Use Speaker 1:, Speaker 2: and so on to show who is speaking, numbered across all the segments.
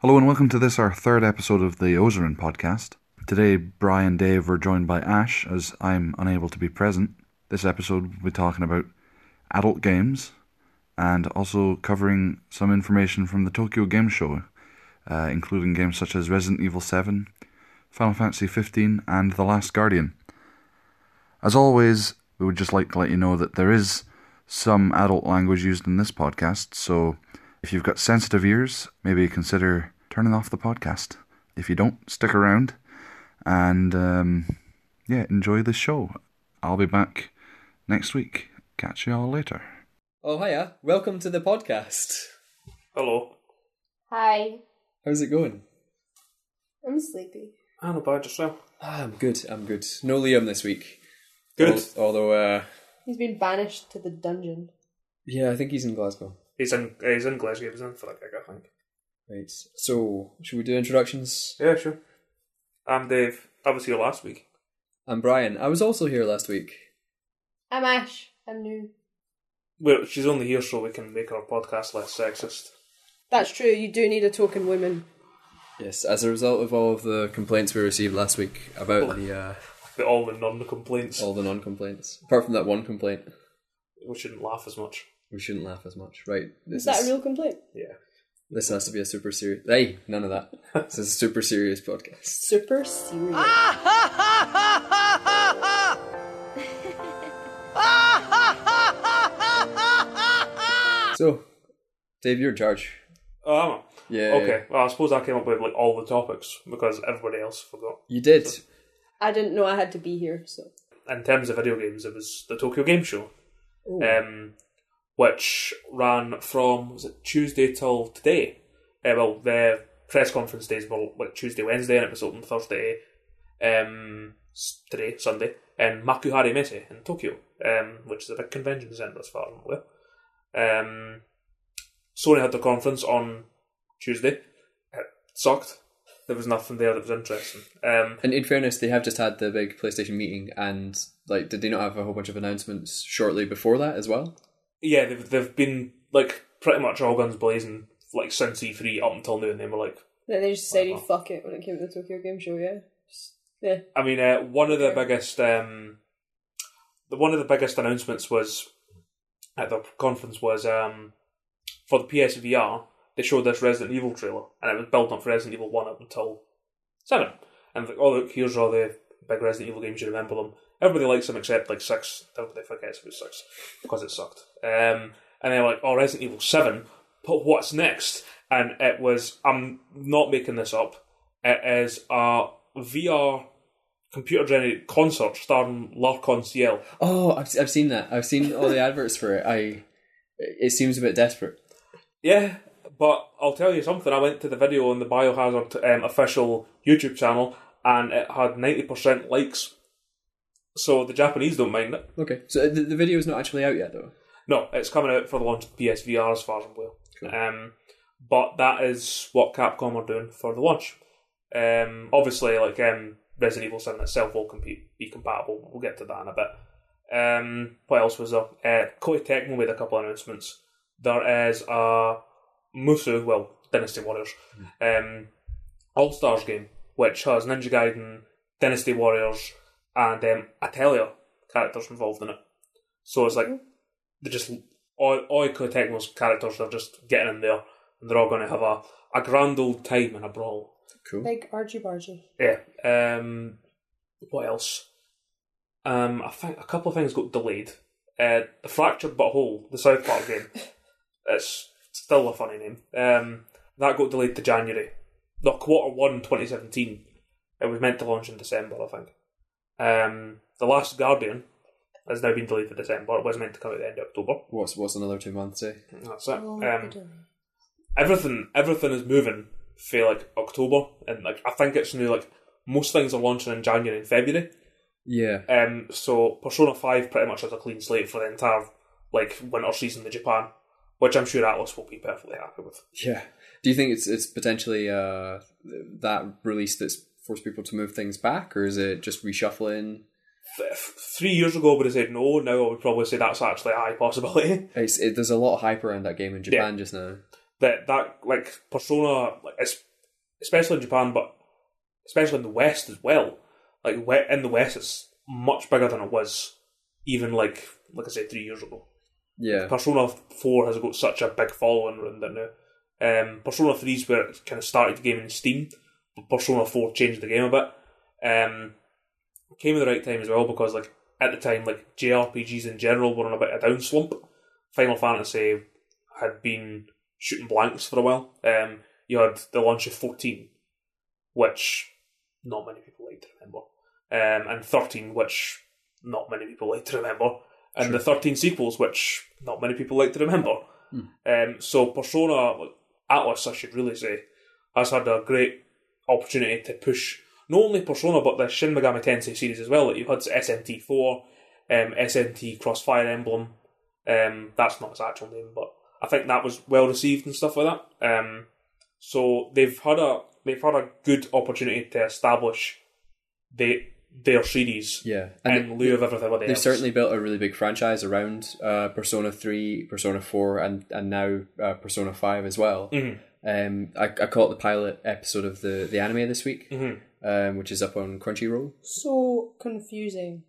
Speaker 1: Hello and welcome to this, our third episode of the Ozerin podcast. Today, Bri and Dave were joined by Ash, as I'm unable to be present. This episode, we'll be talking about adult games and also covering some information from the Tokyo Game Show, uh, including games such as Resident Evil 7, Final Fantasy 15, and The Last Guardian. As always, we would just like to let you know that there is some adult language used in this podcast, so if you've got sensitive ears, maybe consider turning off the podcast. If you don't, stick around and um, yeah, enjoy the show. I'll be back next week. Catch you all later.
Speaker 2: Oh, hiya. Welcome to the podcast.
Speaker 3: Hello.
Speaker 4: Hi,
Speaker 2: How's it going?
Speaker 4: I'm sleepy.
Speaker 3: I know about yourself.
Speaker 2: Ah, I'm good. I'm good. No Liam this week.
Speaker 3: Good.
Speaker 2: Al- Although, uh,
Speaker 4: He's been banished to the dungeon.
Speaker 2: yeah, I think he's in Glasgow.
Speaker 3: He's in uh, he's in Glasgow, he's in Falkirk, I think.
Speaker 2: Right. So, should we do introductions?
Speaker 3: Yeah, sure. I'm Dave. I was here last week.
Speaker 2: I'm Brian. I was also here last week.
Speaker 4: I'm Ash. I'm new.
Speaker 3: Well, she's only here so we can make our podcast less sexist.
Speaker 4: That's true. You do need a token woman.
Speaker 2: Yes, as a result of all of the complaints we received last week
Speaker 3: Oh.
Speaker 2: about the uh,
Speaker 3: But all the non complaints.
Speaker 2: all the non-complaints, apart from that one complaint,
Speaker 3: We shouldn't laugh as much.
Speaker 2: we shouldn't laugh as much. Right. This
Speaker 4: Is that a real complaint?
Speaker 3: Yeah.
Speaker 2: This has to be a super serious. Hey, none of that. this is a super serious podcast.
Speaker 4: Super serious.
Speaker 2: So, Dave, you're in charge.
Speaker 3: Oh, am I?
Speaker 2: Yeah.
Speaker 3: Okay. Well, I suppose I came up with like all the topics because everybody else forgot.
Speaker 2: You did.
Speaker 4: I didn't know I had to be here, so.
Speaker 3: In terms of video games, it was the Tokyo Game Show,
Speaker 2: Ooh.
Speaker 3: um, which ran from was it Tuesday till today. Uh, well, the press conference days were like Tuesday, Wednesday, and it was open Thursday, um, s- today, Sunday, in Makuhari Messe in Tokyo, um, which is a big convention centre as far as I'm aware. Um, Sony had the conference on Tuesday. It sucked. There was nothing there that was interesting. Um,
Speaker 2: And in fairness, they have just had the big PlayStation meeting, and like, did they not have a whole bunch of announcements shortly before that as well?
Speaker 3: yeah, they've they've been like pretty much all guns blazing like since E three up until now, and then we're like,
Speaker 4: Then they just decided fuck it when it came to the Tokyo Game Show, yeah? Just, yeah.
Speaker 3: I mean, uh, one of the biggest um, the one of the biggest announcements was at the conference was um, for the PSVR. They showed this Resident Evil trailer, and it was built up for Resident Evil one up until seven. And like, oh look, here's all the big Resident Evil games. You remember them? Everybody likes them except like six. Everybody forgets about six because it sucked. Um, and they're like, oh, Resident Evil seven. But what's next? And it was. I'm not making this up. It is a VR computer generated concert starring Larcon CL.
Speaker 2: Oh, I've I've seen that. I've seen all the adverts for it. I it seems a bit desperate.
Speaker 3: Yeah, but I'll tell you something. I went to the video on the Biohazard um, official YouTube channel and it had 90% likes. So the Japanese don't mind it.
Speaker 2: Okay, so the, the video is not actually out yet, though.
Speaker 3: No, it's coming out for the launch of PSVR as far as I'm aware. Um, but that is what Capcom are doing for the launch. Um, obviously, like um, Resident Evil 7 itself will compete, be compatible. We'll get to that in a bit. Um, what else was there? Uh, Koei Tecmo made a couple of announcements. There is a Musu, well, Dynasty Warriors, um, All Stars game, which has Ninja Gaiden, Dynasty Warriors, and um, Atelier characters involved in it. So it's like they're just all, all Koei Tecmo's characters are just getting in there, and they're all going to have a, a grand old time in a brawl.
Speaker 2: Cool.
Speaker 4: Like Archie Bargy.
Speaker 3: Yeah. Um, what else? Um, I think a couple of things got delayed. Uh, the fractured butthole, the South Park game. It's still a funny name. Um, that got delayed to January. The quarter one 2017. It was meant to launch in December, I think. Um, the Last Guardian has now been delayed to December. It was meant to come out at the end of October.
Speaker 2: What's what's another two months? Eh?
Speaker 3: That's it.
Speaker 4: Oh,
Speaker 3: um,
Speaker 4: good.
Speaker 3: everything everything is moving for like October and like I think it's new like most things are launching in January and February.
Speaker 2: Yeah.
Speaker 3: Um so Persona five pretty much has a clean slate for the entire like winter season in Japan, which I'm sure Atlas will be perfectly happy with.
Speaker 2: Yeah. Do you think it's it's potentially uh, that release that's forced people to move things back, or is it just reshuffling?
Speaker 3: Th- f- three years ago I would have said no, now I would probably say that's actually a high possibility.
Speaker 2: It's, it, there's a lot of hype around that game in Japan just now.
Speaker 3: that that like Persona like it's especially in Japan, but especially in the West as well. Like we- in the West, it's much bigger than it was even like like I said three years ago.
Speaker 2: Yeah.
Speaker 3: Persona Four has got such a big following around it now. Um, Persona Three is where it kind of started the game in Steam, but Persona Four changed the game a bit. Um, came at the right time as well because like at the time like JRPGs in general were on a bit of a down slump. Final Fantasy had been shooting blanks for a while. Um, you had the launch of fourteen, which not many people like to remember, um, and thirteen, which not many people like to remember, and the thirteen sequels, which not many people like to remember. Um, so Persona like, Atlas, I should really say, has had a great opportunity to push not only Persona but the Shin Megami Tensei series as well. Like you had SMT four, um, SMT Crossfire Emblem. Um, that's not its actual name, but I think that was well received and stuff like that. Um, so they've had a they've had a good opportunity to establish they, their series
Speaker 2: Yeah. And
Speaker 3: in lieu of everything else.
Speaker 2: they certainly built a really big franchise around uh, Persona 3, Persona 4, and, and now uh, Persona 5 as well.
Speaker 3: Mhm.
Speaker 2: Um, I, I caught the pilot episode of the, the anime this week,
Speaker 3: Mhm.
Speaker 2: um, which is up on Crunchyroll.
Speaker 4: So confusing.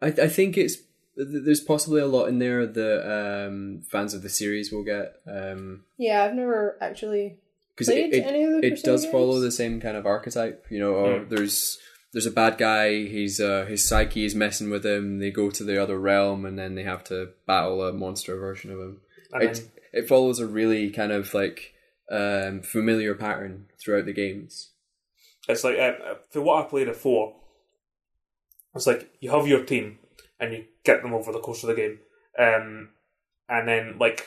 Speaker 2: I, I think it's th- there's possibly a lot in there that um, fans of the series will get. Um,
Speaker 4: Yeah, I've never actually.
Speaker 2: because it,
Speaker 4: Played any of
Speaker 2: it,
Speaker 4: the
Speaker 2: it
Speaker 4: Persona
Speaker 2: does follow
Speaker 4: games?
Speaker 2: the same kind of archetype you know or there's there's a bad guy he's uh his psyche is messing with him they go to the other realm and then they have to battle a monster version of him
Speaker 3: And
Speaker 2: it, it follows a really kind of like um familiar pattern throughout the games
Speaker 3: It's like uh, uh, for what I played it for. It's like you have your team and you get them over the course of the game, um, and then like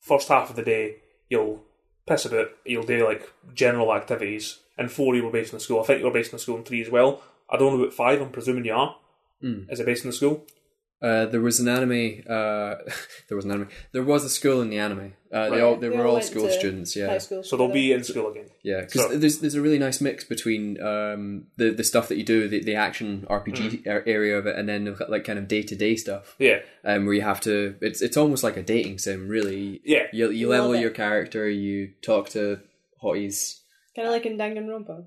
Speaker 3: first half of the day you'll piss about, you'll do like general activities. And four you were based in the school. I think you were based in the school in three as well. I don't know about five. I'm presuming you are.
Speaker 2: Mm.
Speaker 3: Is it based in the school?
Speaker 2: uh, there was an anime. Uh, there was an anime. There was a school in the anime. Uh, They all they, were all
Speaker 4: went
Speaker 2: school
Speaker 4: to
Speaker 2: students. Yeah,
Speaker 4: High school
Speaker 3: So they'll
Speaker 4: together.
Speaker 3: be in school again.
Speaker 2: Yeah, because
Speaker 3: So-
Speaker 2: there's there's a really nice mix between um, the the stuff that you do, the, the action RPG
Speaker 3: Mm.
Speaker 2: a- area of it, and then the, like kind of day to day stuff,
Speaker 3: Yeah,
Speaker 2: um, where you have to. It's it's almost like a dating sim, really.
Speaker 3: yeah.
Speaker 2: You you
Speaker 4: Love
Speaker 2: level
Speaker 4: it.
Speaker 2: your character, you talk to hotties.
Speaker 4: Kind of like in Danganronpa.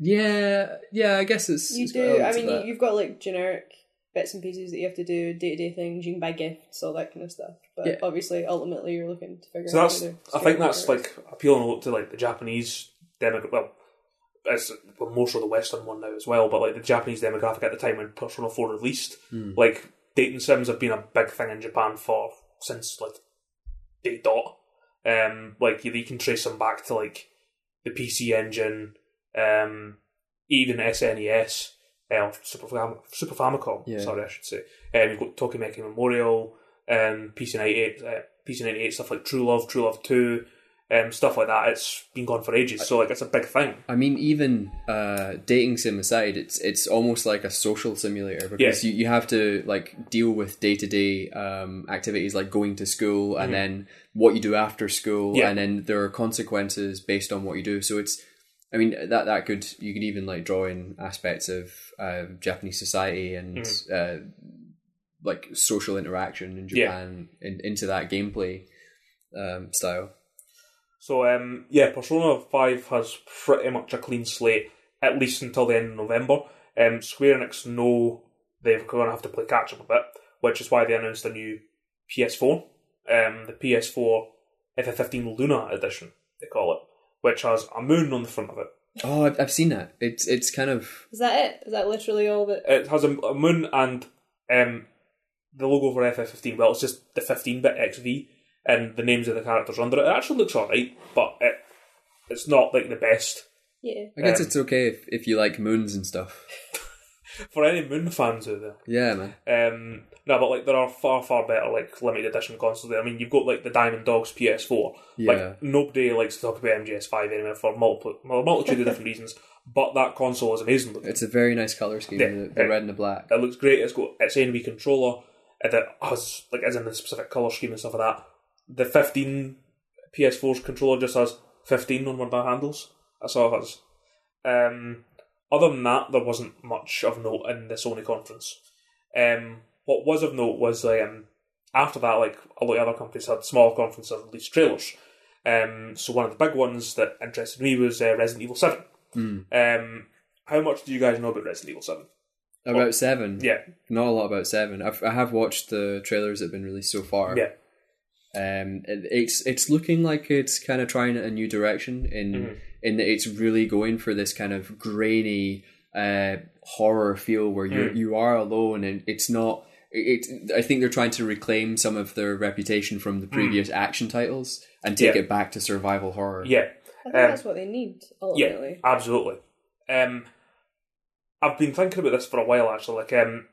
Speaker 2: Yeah, yeah. I guess it's
Speaker 4: You
Speaker 2: it's got
Speaker 4: do. I
Speaker 2: elements of
Speaker 4: mean,
Speaker 2: that.
Speaker 4: you, you've got like generic bits and pieces that you have to do, day to day things. You can buy gifts, all that kind of stuff. But
Speaker 2: Yeah.
Speaker 4: obviously, ultimately, you're looking to figure
Speaker 3: So
Speaker 4: out.
Speaker 3: that's
Speaker 4: whether it's
Speaker 3: I
Speaker 4: good
Speaker 3: think
Speaker 4: or
Speaker 3: that's
Speaker 4: not.
Speaker 3: like appealing a lot to like the Japanese demographic. Well, it's well, more so the Western one now as well, but like the Japanese demographic at the time when Persona Four released, like dating sims have been a big thing in Japan for since like day dot. Um, like you, you can trace them back to like the PC Engine, um, even SNES, uh, Super, Fam- Super Famicom.
Speaker 2: Yeah.
Speaker 3: Sorry, I should say. Um, you've got Tokimeki Memorial, um, PC ninety eight, uh, PC ninety eight stuff like True Love, True Love Two, um, stuff like that. It's been gone for ages, so like it's a big thing.
Speaker 2: I mean, even uh, dating sim aside, it's it's almost like a social simulator because you, you have to like deal with day to day activities like going to school and then what you do after school,
Speaker 3: Mm-hmm. Yeah.
Speaker 2: and then there are consequences based on what you do. So it's, I mean, that that could you could even like draw in aspects of uh, Japanese society and uh, like social interaction in
Speaker 3: Mm-hmm. Yeah.
Speaker 2: Japan in, into that gameplay um, style.
Speaker 3: So um, yeah, Persona Five has pretty much a clean slate at least until the end of November. Um, Square Enix know they're going to have to play catch up a bit, which is why they announced a new PS4, um, the PS4 FF15 Luna edition they call it, which has a moon on the front of it.
Speaker 2: Oh, I've, I've seen that. It's it's kind of
Speaker 4: Is that it? Is that literally all that?
Speaker 3: It has a, a moon and um, the logo for FF15. Well, it's just the 15-bit XV and the names of the characters under it. It actually looks alright, but it, it's not like the best.
Speaker 4: Yeah.
Speaker 2: I guess
Speaker 3: Um,
Speaker 2: it's okay if, if you like moons and stuff.
Speaker 3: for any Moon fans out there.
Speaker 2: Yeah, man.
Speaker 3: Um, no, but like there are far, far better like limited edition consoles. There. I mean, you've got like the Diamond Dogs PS4.
Speaker 2: Yeah.
Speaker 3: Like nobody likes to talk about MGS5 anymore for multiple, well, a multitude of different reasons. But that console is amazing. Looking.
Speaker 2: It's a very nice color scheme,
Speaker 3: Yeah,
Speaker 2: the, the
Speaker 3: yeah. Oh,
Speaker 2: red and the black.
Speaker 3: It looks great. It's got its NV controller. and That has like as in the specific color scheme and stuff like that. The 15 PS4's controller just has 15 on one of the handles. That's all it has. Um, other than that, there wasn't much of note in the Sony conference. Um, what was of note was um, after that, like a lot of other companies had small conferences released trailers. Um, so one of the big ones that interested me was uh, Resident Evil Seven. Um, how much do you guys know about Resident Evil Seven?
Speaker 2: About seven.
Speaker 3: oh, Yeah,
Speaker 2: Not a lot about seven. I've, I have watched the trailers that have been released so far.
Speaker 3: yeah,
Speaker 2: Um, it- it's it's looking like it's kind of trying a new direction in
Speaker 3: Mm-hmm.
Speaker 2: in that it's really going for this kind of grainy uh, horror feel where you
Speaker 3: Mm.
Speaker 2: you are alone and it's not. It, it- I think they're trying to reclaim some of their reputation from the previous action titles and take
Speaker 3: Mm. Yeah.
Speaker 2: it back to survival horror.
Speaker 3: yeah.
Speaker 4: I think
Speaker 3: Um,
Speaker 4: that's what they need
Speaker 3: Yeah,
Speaker 4: ultimately.
Speaker 3: absolutely. Um, I've been thinking about this for a while actually. Like, um,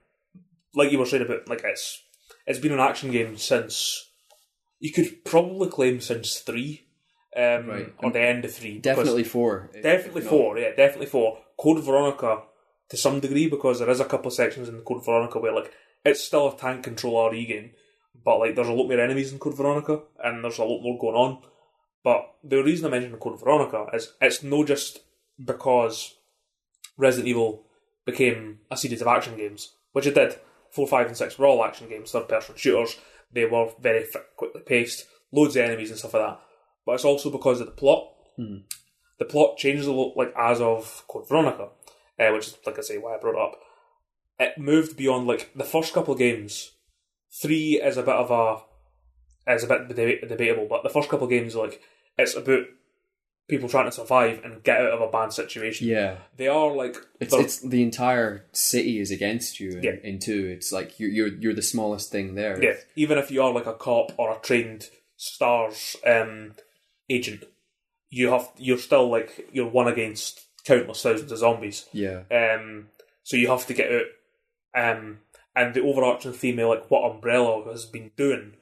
Speaker 3: like you were saying about like it's it's been an action game since you could probably claim since three, um,
Speaker 2: Right.
Speaker 3: or the end of three. because-
Speaker 2: Definitely four. if-
Speaker 3: definitely
Speaker 2: if not-
Speaker 3: four. Yeah, definitely four. Code Veronica to some degree because there is a couple of sections in Code Veronica where like it's still a tank control RE game, but like there's a lot more enemies in Code Veronica and there's a lot more going on. But the reason I mentioned Code Veronica is it's not just because Resident Evil became a series of action games, which it did. Four, five, and six were all action games, third-person shooters. They were very fi- quickly paced, loads of enemies and stuff like that. But it's also because of the plot the plot changes a lot, like as of Code Veronica, uh, which is like I say why I brought it up. It moved beyond like the first couple of games. Three is a bit of a is a bit deba- debatable, but the first couple of games like it's about people trying to survive and get out of a bad situation.
Speaker 2: Yeah.
Speaker 3: They are like
Speaker 2: It's,
Speaker 3: they're-
Speaker 2: it's the entire city is against you in,
Speaker 3: Yeah.
Speaker 2: in two. It's like you're you're you're the smallest thing there.
Speaker 3: Yeah, even if you are like a cop or a trained stars um, agent, you have you're still like you're one against countless thousands of zombies.
Speaker 2: Yeah.
Speaker 3: Um, so you have to get out. Um, and the overarching theme of like what Umbrella has been doing,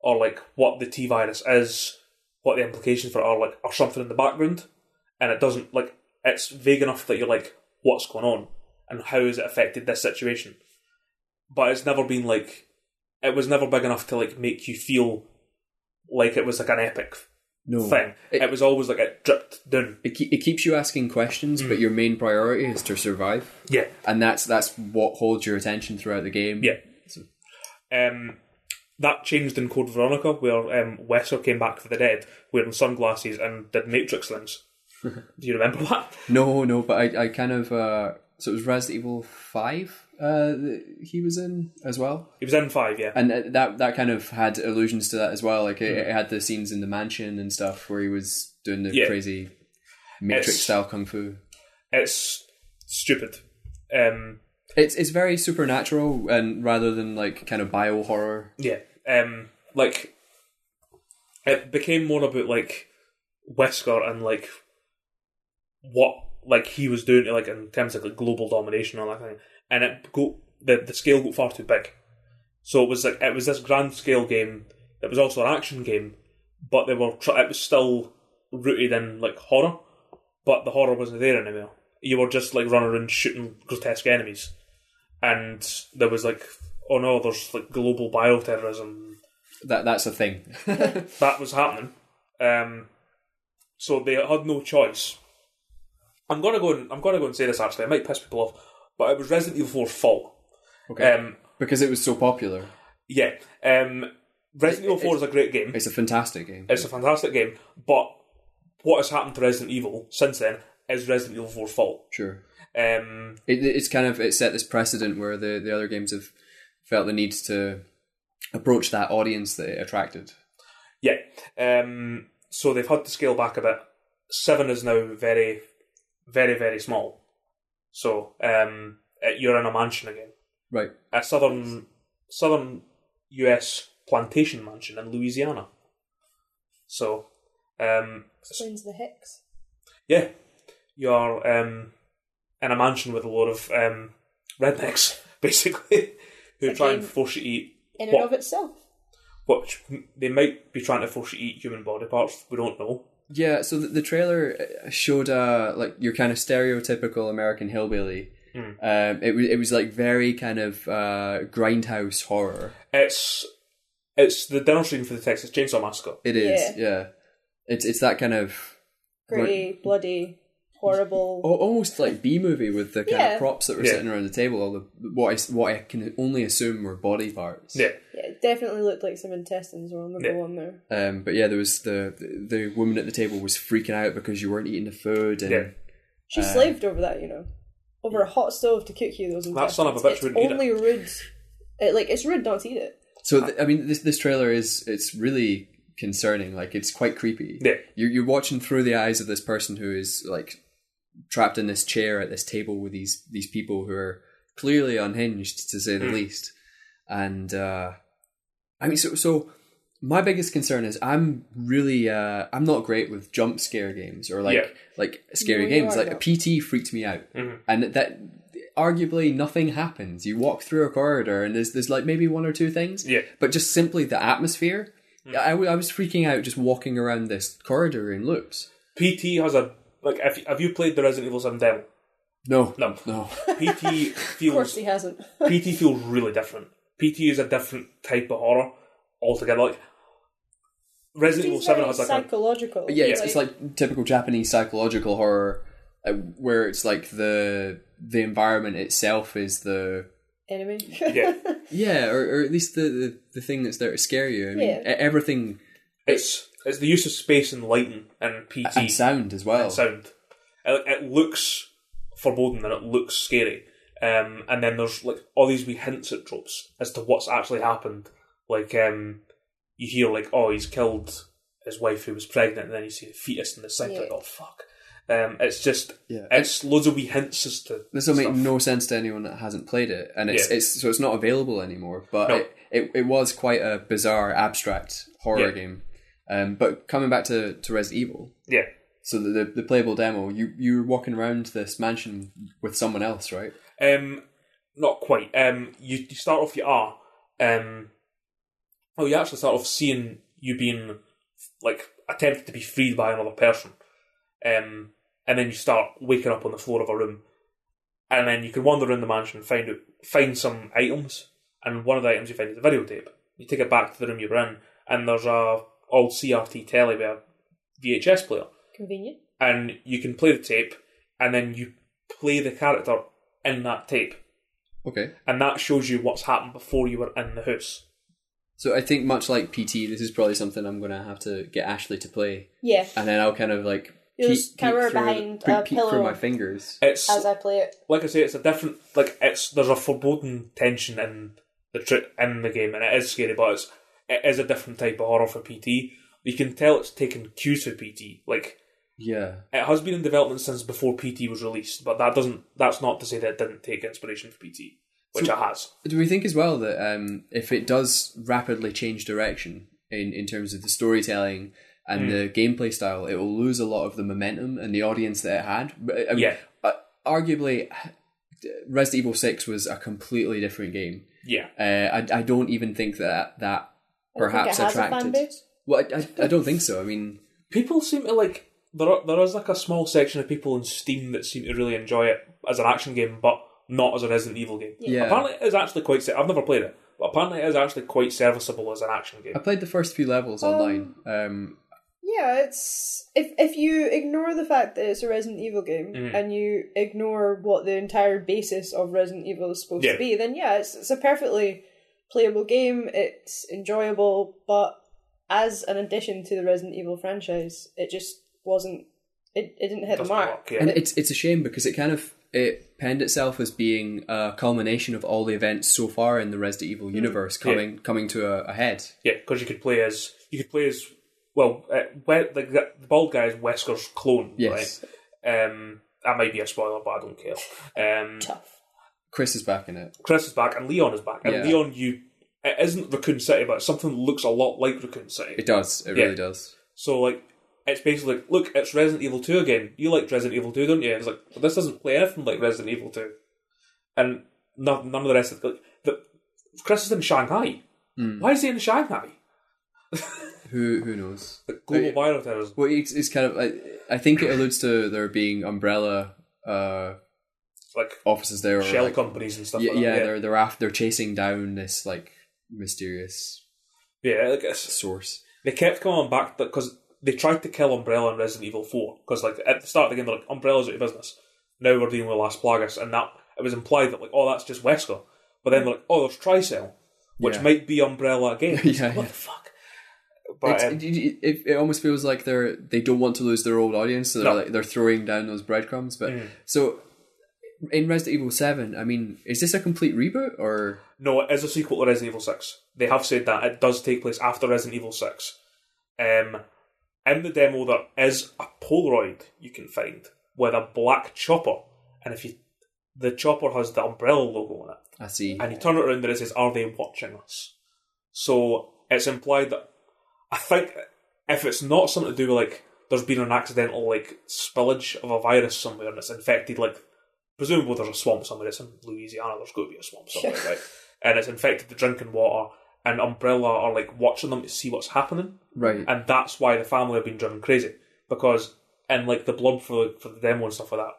Speaker 3: or like what the T virus is, what the implications for it are, like or something in the background, and it doesn't like it's vague enough that you're like, what's going on, and how has it affected this situation? But it's never been like, it was never big enough to like make you feel like it was like an epic
Speaker 2: No.
Speaker 3: thing. It,
Speaker 2: It-
Speaker 3: was always like it dripped down.
Speaker 2: It, ke- it keeps you asking questions,
Speaker 3: Mm.
Speaker 2: but your main priority is to survive,
Speaker 3: Yeah,
Speaker 2: and that's that's what holds your attention throughout the game.
Speaker 3: Yeah. um, that changed in Code Veronica, where um, Wesser came back for the dead wearing sunglasses and did Matrix things. Do you remember that?
Speaker 2: No, no, but I, I kind of uh, so it was Resident Evil Five uh, that he was in as well,
Speaker 3: He was in five, yeah.
Speaker 2: and uh, that that kind of had allusions to that as well. Like it, it had the scenes in the mansion and stuff where he was doing the
Speaker 3: Yeah.
Speaker 2: crazy Matrix
Speaker 3: It's-
Speaker 2: style kung fu.
Speaker 3: It's stupid. Um,
Speaker 2: It's it's very supernatural and rather than like kind of bio horror.
Speaker 3: yeah. Um, like, it became more about like Wesker and like what like he was doing to like in terms of like global domination and all that kind of thing. And it go the the scale got far too big. So it was like it was this grand scale game that was also an action game, but they were tr- it was still rooted in like horror, but the horror wasn't there anymore. You were just like running around shooting grotesque enemies, and there was like oh no, there's like global bioterrorism
Speaker 2: That that's a thing.
Speaker 3: that was happening. Um, so they had no choice. I'm gonna go and I'm gonna go and say this actually. I might piss people off, but it was Resident Evil 4's fault.
Speaker 2: okay,
Speaker 3: Um,
Speaker 2: because it was so popular.
Speaker 3: yeah, um, Resident Evil 4 is a great game.
Speaker 2: It's a fantastic game.
Speaker 3: It's a fantastic game, but what has happened to Resident Evil since then is Resident Evil 4's fault.
Speaker 2: Sure.
Speaker 3: Um,
Speaker 2: it, it's kind of it set this precedent where the, the other games have felt the need to approach that audience that it attracted.
Speaker 3: yeah, um, so they've had to scale back a bit. Seven is now very, very, very small. So um, you're in a mansion again.
Speaker 2: Right.
Speaker 3: a southern southern U.S. plantation mansion in Louisiana. So, um,
Speaker 4: Explains the Hicks.
Speaker 3: yeah, you're um, in a mansion with a lot of um, rednecks, basically, who try and
Speaker 4: Again.
Speaker 3: force you to eat.
Speaker 4: In
Speaker 3: What?
Speaker 4: and of itself.
Speaker 3: Which they might be trying to force you to eat human body parts. We don't know.
Speaker 2: Yeah. So the, the trailer uh, showed uh like your kind of stereotypical American hillbilly.
Speaker 3: Hmm.
Speaker 2: Um, it was it was like very kind of uh, grindhouse horror.
Speaker 3: It's it's the dinner scene for the Texas Chainsaw Massacre.
Speaker 2: It is.
Speaker 4: Yeah.
Speaker 2: Yeah. It's it's that kind of.
Speaker 4: Gritty, bloody, horrible.
Speaker 3: Oh.
Speaker 2: Al- almost like B movie with the kind
Speaker 4: Yeah.
Speaker 2: of props that were
Speaker 3: Yeah.
Speaker 2: sitting around the table. All the what I what I can only assume were body parts.
Speaker 3: Yeah.
Speaker 4: Yeah, it definitely looked like some intestines were on the
Speaker 3: Yeah.
Speaker 4: go on there.
Speaker 2: Um, but yeah, there was the, the the woman at the table was freaking out because you weren't eating the food, and
Speaker 3: Yeah.
Speaker 4: She
Speaker 3: Um,
Speaker 4: slaved over that, you know, over a hot stove to cook you those
Speaker 3: That
Speaker 4: intestines.
Speaker 3: son of a bitch
Speaker 4: it's
Speaker 3: wouldn't eat it.
Speaker 4: only rude. It, like it's rude not to eat it.
Speaker 2: so th- I mean, this this trailer is it's really concerning. Like it's quite creepy.
Speaker 3: Yeah.
Speaker 2: you're you're watching through the eyes of this person who is like trapped in this chair at this table with these these people who are clearly unhinged to
Speaker 3: Hmm.
Speaker 2: say the least. And uh, I mean, so so my biggest concern is I'm really uh, I'm not great with jump scare games or like
Speaker 3: Yeah.
Speaker 2: like scary
Speaker 4: No, you
Speaker 2: games.
Speaker 4: are
Speaker 2: Like
Speaker 4: not.
Speaker 2: a PT freaked me out,
Speaker 3: Mm-hmm.
Speaker 2: and that arguably nothing happens. You walk through a corridor and there's there's like maybe one or two things.
Speaker 3: Yeah. Mm.
Speaker 2: But just simply the atmosphere. I, w- I was freaking out just walking around this corridor in loops.
Speaker 3: PT has a like. If, have you played the Resident Evil Seven Devil?
Speaker 2: No,
Speaker 3: No.
Speaker 2: no.
Speaker 3: PT
Speaker 4: Of course,
Speaker 3: feels
Speaker 4: he hasn't.
Speaker 3: PT feels really different. PT is a different type of horror altogether. Like Resident Evil
Speaker 4: He's
Speaker 3: Seven
Speaker 4: very
Speaker 3: has like a
Speaker 4: psychological.
Speaker 2: yeah, it's, it's like typical Japanese psychological horror, uh, where it's like the the environment itself is the
Speaker 4: enemy.
Speaker 3: yeah.
Speaker 2: yeah, or, or at least the, the the thing that's there to scare you. I mean,
Speaker 4: Yeah.
Speaker 2: e- everything
Speaker 3: It's it's the use of space and lighting and PT
Speaker 2: and sound as well.
Speaker 3: and sound. It, it looks foreboding and it looks scary. Um, and then there's like all these wee hints it drops as to what's actually happened. Like um, you hear like, oh, he's killed his wife who was pregnant, and then you see a fetus in the sink. Like,
Speaker 4: Yeah.
Speaker 3: oh fuck. Um, it's just
Speaker 2: Yeah.
Speaker 3: it's loads of wee hints as to
Speaker 2: This will make
Speaker 3: stuff.
Speaker 2: no sense to anyone that hasn't played it, and it's
Speaker 3: Yeah.
Speaker 2: it's so it's not available anymore. But
Speaker 3: No.
Speaker 2: it, it it was quite a bizarre abstract horror
Speaker 3: Yeah.
Speaker 2: game. Um, but coming back to to Resident Evil,
Speaker 3: yeah
Speaker 2: so the, the the playable demo, you you were walking around this mansion with someone else, right?
Speaker 3: Um, not quite. Um, you, you start off. You are. Um, well, you actually start off seeing you being like attempted to be freed by another person. Um, and then you start waking up on the floor of a room, and then you can wander around the mansion and find out, find some items. And one of the items you find is a videotape. You take it back to the room you were in, and there's a old CRT telly with a VHS player
Speaker 4: Convenient.
Speaker 3: and you can play the tape, and then you play the character in that tape,
Speaker 2: Okay.
Speaker 3: and that shows you what's happened before you were in the house.
Speaker 2: So I think much like PT, this is probably something I'm gonna have to get Ashley to play,
Speaker 4: Yeah,
Speaker 2: and then I'll kind of like
Speaker 4: You'll just cower behind
Speaker 2: peek,
Speaker 4: a
Speaker 2: peek
Speaker 4: pillow.
Speaker 2: through my fingers.
Speaker 3: It's
Speaker 4: as I play it.
Speaker 3: like I say, it's a different like it's there's a foreboding tension in the tri- in the game, and it is scary, but it's it is a different type of horror for PT. You can tell it's taken cues for PT. Like
Speaker 2: Yeah.
Speaker 3: it has been in development since before PT was released, but that doesn't that's not to say that it didn't take inspiration for PT, which
Speaker 2: So-
Speaker 3: it has.
Speaker 2: Do we think as well that um, if it does rapidly change direction in, in terms of the storytelling and the gameplay style, it will lose a lot of the momentum and the audience that it had? But, I mean,
Speaker 3: Yeah.
Speaker 2: uh, arguably, Resident Evil 6 was a completely different game.
Speaker 3: Yeah.
Speaker 2: Uh, I, I don't even think that that
Speaker 4: I don't think
Speaker 2: perhaps
Speaker 4: it has a fan
Speaker 2: attracted.
Speaker 4: base.
Speaker 2: well, I, I, I don't think so. I mean,
Speaker 3: people seem to like there are, there is like a small section of people in Steam that seem to really enjoy it as an action game, but not as a Resident Evil game.
Speaker 2: Yeah.
Speaker 3: Apparently, it is actually quite. se- I've never played it, but apparently, it is actually quite serviceable as an action game.
Speaker 2: I played the first few levels online. Um,
Speaker 4: Yeah, it's if if you ignore the fact that it's a Resident Evil game
Speaker 2: Mm.
Speaker 4: and you ignore what the entire basis of Resident Evil is supposed
Speaker 3: Yeah.
Speaker 4: to be, then yeah, it's it's a perfectly playable game. It's enjoyable, but as an addition to the Resident Evil franchise, it just wasn't. It, it didn't hit the
Speaker 3: Doesn't
Speaker 4: mark.
Speaker 3: work, yeah.
Speaker 2: And it's it's a shame because it kind of it penned itself as being a culmination of all the events so far in the Resident Evil
Speaker 3: Hmm.
Speaker 2: universe coming coming to a, a head.
Speaker 3: Yeah, because you could play as you could play as well. Uh, we- the, g- the bald guy is Wesker's clone,
Speaker 2: Yes.
Speaker 3: right? Um, that might be a spoiler, but I don't care. Um,
Speaker 4: Tough.
Speaker 2: Chris is back in it.
Speaker 3: Chris is back and Leon is back, and
Speaker 2: Yeah.
Speaker 3: Leon, you it isn't Raccoon City, but it's something that looks a lot like Raccoon City.
Speaker 2: It does. It
Speaker 3: Yeah.
Speaker 2: really does.
Speaker 3: So like, it's basically like, look, it's Resident Evil Two again. You liked Resident Evil Two, don't you? And it's like well, this doesn't play anything like Resident Evil Two, and no, none of the rest of like, the. Chris is in Shanghai.
Speaker 2: Hmm.
Speaker 3: Why is he in Shanghai?
Speaker 2: Who who knows?
Speaker 3: Like global bioterrorism.
Speaker 2: Well, it's, it's kind of. I, I think it alludes to there being umbrella uh,
Speaker 3: like
Speaker 2: offices there. Or
Speaker 3: shell
Speaker 2: like,
Speaker 3: companies and stuff.
Speaker 2: yeah,
Speaker 3: like
Speaker 2: yeah,
Speaker 3: that.
Speaker 2: they're they're after they're chasing down this like mysterious
Speaker 3: yeah. yeah like, it's-
Speaker 2: source.
Speaker 3: they kept coming back because they tried to kill Umbrella in Resident Evil Four because like at the start of the game they're like Umbrella's out of business. Now we're dealing with Las Plagas, and that it was implied that like oh that's just Wesker, but then they're like oh there's Tricell, which
Speaker 2: Yeah.
Speaker 3: might be Umbrella again.
Speaker 2: Yeah,
Speaker 3: what
Speaker 2: yeah.
Speaker 3: the fuck?
Speaker 2: It's-
Speaker 3: But um,
Speaker 2: it, it, it, it almost feels like they're they don't want to lose their old audience, so they're
Speaker 3: No. Mm.
Speaker 2: like they're throwing down those breadcrumbs. But so in Resident Evil Seven, I mean, is this a complete reboot or
Speaker 3: No, it is a sequel to Resident Evil 6. They have said that. It does take place after Resident Evil 6. Um, in the demo, there is a Polaroid you can find with a black chopper. And if you. The chopper has the umbrella logo on it.
Speaker 2: I see?
Speaker 3: And you turn it around and it says, Are they watching us? So it's implied that. I think if it's not something to do with, like, there's been an accidental, like, spillage of a virus somewhere and it's infected, like, presumably there's a swamp somewhere. It's in Louisiana. There's got to be a swamp somewhere, right? And it's infected the drinking water. And Umbrella are like watching them to see what's happening,
Speaker 2: Right.
Speaker 3: and that's why the family have been driven crazy because and like the blob for for the demo and stuff like that,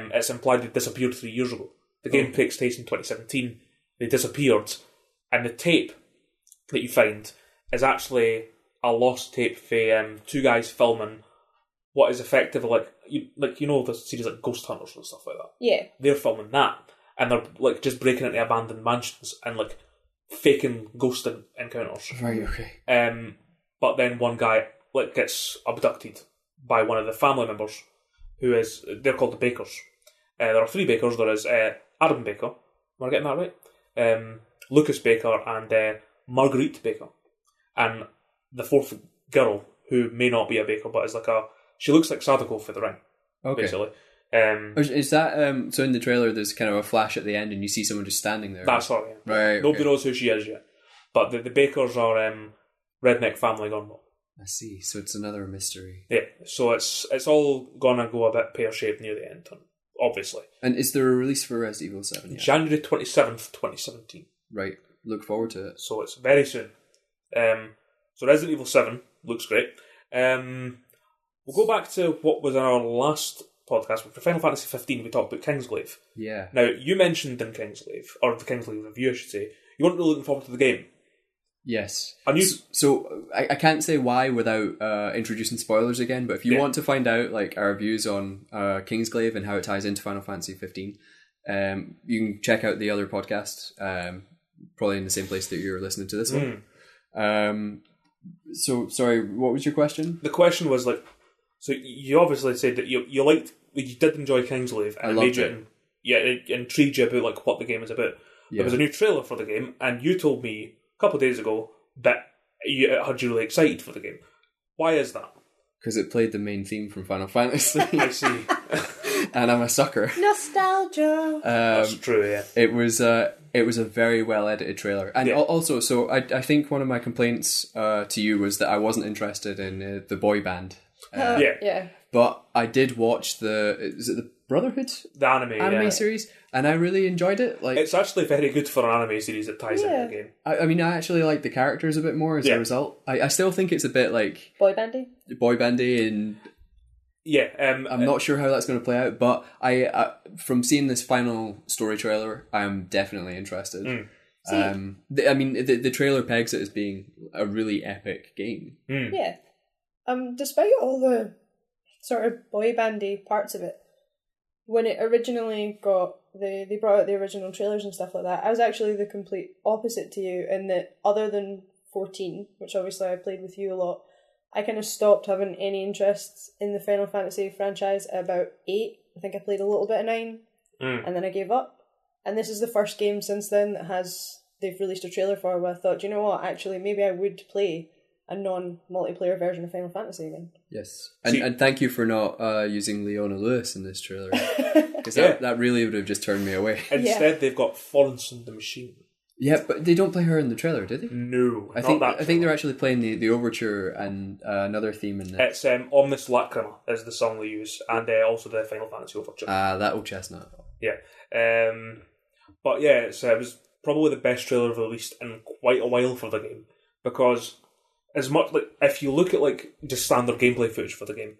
Speaker 3: um, it's implied they disappeared three years ago. The game takes place in 2017. They disappeared, and the tape that you find is actually a lost tape for um, two guys filming what is effectively like you like you know the series like Ghost Hunters and stuff like that
Speaker 4: Yeah.
Speaker 3: they're filming that and they're like just breaking into abandoned mansions and like faking ghost en- encounters.
Speaker 2: Right. Okay.
Speaker 3: Um, but then one guy like gets abducted by one of the family members, who is they're called the Bakers. Uh, there are three Bakers. There is uh, Adam Baker. Am I getting that right? Um, Lucas Baker and uh, Marguerite Baker, and the fourth girl who may not be a Baker but is like a she looks like Sadako for the ring
Speaker 2: Okay.
Speaker 3: basically. Um,
Speaker 2: Is- Is that um? So in the trailer, there's kind of a flash at the end, and you see someone just standing there.
Speaker 3: that's her. yeah.
Speaker 2: right. Okay.
Speaker 3: Nobody knows who she is yet. But the, the Bakers are um, redneck family gone wrong.
Speaker 2: I see. So it's another mystery.
Speaker 3: Yeah, so it's it's all gonna go a bit pear shaped near the end, obviously.
Speaker 2: And is there a release for Resident Evil Seven? Yeah.
Speaker 3: January twenty seventh, twenty seventeen.
Speaker 2: Right. Look forward to it.
Speaker 3: So it's very soon. Um, so Resident Evil Seven looks great. Um, we'll go back to what was in our last podcast, which was Final Fantasy fifteen. We talked about Kingsglaive.
Speaker 2: Yeah.
Speaker 3: Now you mentioned in Kingsglaive or the Kingsglaive review, I should say, you weren't really looking forward to the game.
Speaker 2: Yes.
Speaker 3: And you-
Speaker 2: S- so I, I can't say why without uh, introducing spoilers again, but if you
Speaker 3: Yeah.
Speaker 2: want to find out like our views on uh, Kingsglaive and how it ties into Final Fantasy 15, um, you can check out the other podcast, um, probably in the same place that you were listening to this one.
Speaker 3: Hmm.
Speaker 2: Um, so sorry, what was your question?
Speaker 3: the question was like, so you obviously said that you you liked you did enjoy Kingsglaive and
Speaker 2: I
Speaker 3: it
Speaker 2: loved
Speaker 3: made you
Speaker 2: it.
Speaker 3: in- yeah it intrigued you about like what the game is about.
Speaker 2: Yeah.
Speaker 3: There was a new trailer for the game, and you told me a couple of days ago that you, it had you really excited for the game. Why is that?
Speaker 2: Because it played the main theme from Final Fantasy,
Speaker 3: I see.
Speaker 2: and I'm a sucker.
Speaker 4: Nostalgia.
Speaker 2: Uh, Um,
Speaker 3: That's true. Yeah.
Speaker 2: it was uh, it was a very well edited trailer, and
Speaker 3: Yeah.
Speaker 2: al- also, so I, I think one of my complaints uh, to you was that I wasn't interested in uh, the boy band,
Speaker 4: Uh,
Speaker 3: yeah.
Speaker 4: Yeah.
Speaker 2: but I did watch the is it the Brotherhood
Speaker 3: The anime.
Speaker 2: anime
Speaker 3: yeah.
Speaker 2: series, and I really enjoyed it. Like,
Speaker 3: It's actually very good for an anime series that ties
Speaker 4: Yeah.
Speaker 3: into the game.
Speaker 2: I, I mean, I actually like the characters a bit more as
Speaker 3: Yeah.
Speaker 2: a result. I, I still think it's a bit like
Speaker 4: Boy bandy.
Speaker 2: boy bandy, and
Speaker 3: Yeah. Um,
Speaker 2: I'm not sure how that's going to play out. But I, I, from seeing this final story trailer, I'm definitely interested.
Speaker 3: Hmm.
Speaker 2: Um, the, I mean, the, the trailer pegs it as being a really epic game.
Speaker 4: Yeah. Um, despite all the sort of boy bandy parts of it, when it originally got the they brought out the original trailers and stuff like that, I was actually the complete opposite to you in that other than fourteen, which obviously I played with you a lot, I kind of stopped having any interest in the Final Fantasy franchise at about eight. I think I played a little bit of nine
Speaker 3: Mm.
Speaker 4: and then I gave up. And this is the first game since then that has they've released a trailer for where I thought, "Do you know what, actually maybe I would play a non multiplayer version of Final Fantasy again.
Speaker 2: Yes, and,
Speaker 3: See-
Speaker 2: and thank you for not uh, using Leona Lewis in this trailer because
Speaker 3: Yeah.
Speaker 2: that, that really would have just turned me away.
Speaker 3: Instead, they've got Florence and the Machine.
Speaker 2: Yeah, but they don't play her in the trailer, do they?
Speaker 3: No,
Speaker 2: I
Speaker 3: Mm, not
Speaker 2: think
Speaker 3: that
Speaker 2: I think they're actually playing the, the overture and uh, another theme in there.
Speaker 3: It's um, Omnis Lacrima is the song they use, and uh, also the Final Fantasy Overture.
Speaker 2: Ah, that old chestnut.
Speaker 3: yeah. Um, but yeah, it's, uh, it was probably the best trailer released in quite a while for the game because as much like if you look at like just standard gameplay footage for the game,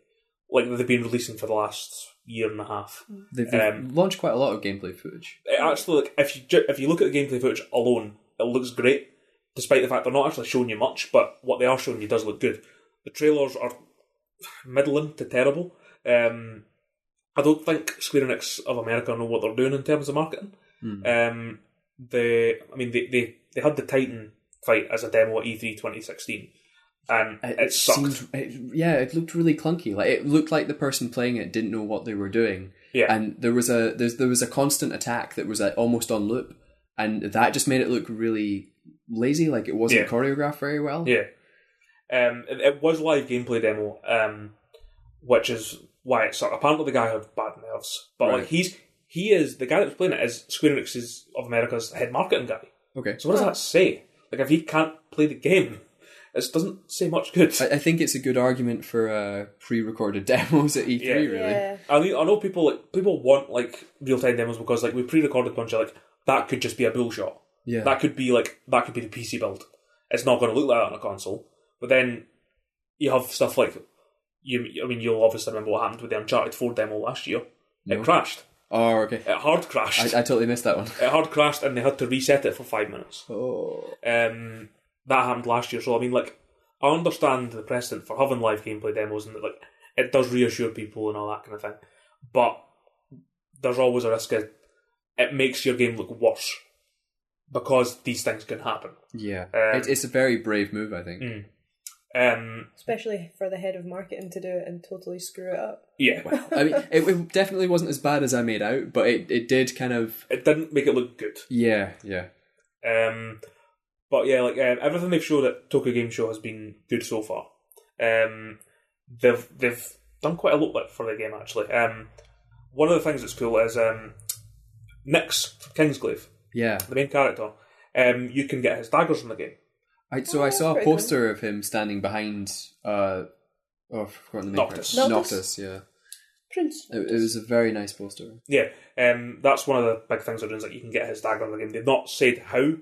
Speaker 3: like that they've been releasing for the last year and a half,
Speaker 2: They've, they've
Speaker 3: Um,
Speaker 2: launched quite a lot of gameplay footage.
Speaker 3: it actually like if you ju- if you look at the gameplay footage alone, it looks great. Despite the fact they're not actually showing you much, but what they are showing you does look good. The trailers are middling to terrible. Um, I don't think Square Enix of America know what they're doing in terms of marketing. Um, they, I mean, they, they, they had the Titan fight as a demo at E E3 2016, and it, sucked.
Speaker 2: seemed- it- yeah, it looked really clunky. Like it looked like the person playing it didn't know what they were doing.
Speaker 3: Yeah.
Speaker 2: and there was a there's, there was a constant attack that was like almost on loop, and that just made it look really lazy. Like it wasn't
Speaker 3: Yeah.
Speaker 2: choreographed very well.
Speaker 3: Yeah. Um, it, it was live gameplay demo, um, which is why it sucked. Apparently, the guy had bad nerves, but
Speaker 2: Right.
Speaker 3: like he's he is the guy that's playing it is Square Enix's of America's head marketing guy.
Speaker 2: Okay.
Speaker 3: So what does that say? Like if he can't play the game, it doesn't say much good.
Speaker 2: I, I think it's a good argument for uh, pre-recorded demos at E3.
Speaker 3: Yeah.
Speaker 2: Really.
Speaker 4: Yeah.
Speaker 3: I mean, I know people like people want like real time demos because like we pre-recorded Punch like that could just be a bull shot.
Speaker 2: Yeah.
Speaker 3: That could be like that could be the PC build. It's not going to look like that on a console. But then you have stuff like you. I mean, you'll obviously remember what happened with the Uncharted Four demo last year. It crashed.
Speaker 2: Oh, okay.
Speaker 3: It hard
Speaker 2: I, I
Speaker 3: crashed.
Speaker 2: totally missed that one.
Speaker 3: it hard crashed, and they had to reset it for five minutes.
Speaker 2: Oh.
Speaker 3: Um, that happened last year. So I mean, like, I understand the precedent for having live gameplay demos, and that, like, it does reassure people and all that kind of thing. But there's always a risk of it makes your game look worse because these things can happen.
Speaker 2: Yeah.
Speaker 3: Um, mm.
Speaker 2: it's, it's a very brave move, I think.
Speaker 3: Um,
Speaker 4: Especially for the head of marketing to do it and totally screw it up.
Speaker 3: yeah,
Speaker 2: I mean, it, it definitely wasn't as bad as I made out, but it, it did kind of.
Speaker 3: it didn't make it look good.
Speaker 2: Yeah, yeah.
Speaker 3: Um, but yeah, like um, everything they've showed at Tokyo Game Show has been good so far. Um, they've they've done quite a lot with- for the game actually. Um, one of the things that's cool is um, Nyx Kingsglaive,
Speaker 2: Yeah.
Speaker 3: the main character. Um, you can get his daggers in the game.
Speaker 2: I, so
Speaker 4: Oh,
Speaker 2: I
Speaker 4: that's
Speaker 2: saw a
Speaker 4: pretty cool.
Speaker 2: poster of him standing behind. Uh, oh, I've forgotten the name.
Speaker 3: Noctis.
Speaker 2: Noctis.
Speaker 4: Noctis.
Speaker 2: Noctis, yeah.
Speaker 4: Prince.
Speaker 2: It, it was a very nice poster.
Speaker 3: Yeah, um, that's one of the big things they're doing is that you can get his dagger in the game. They've not said how.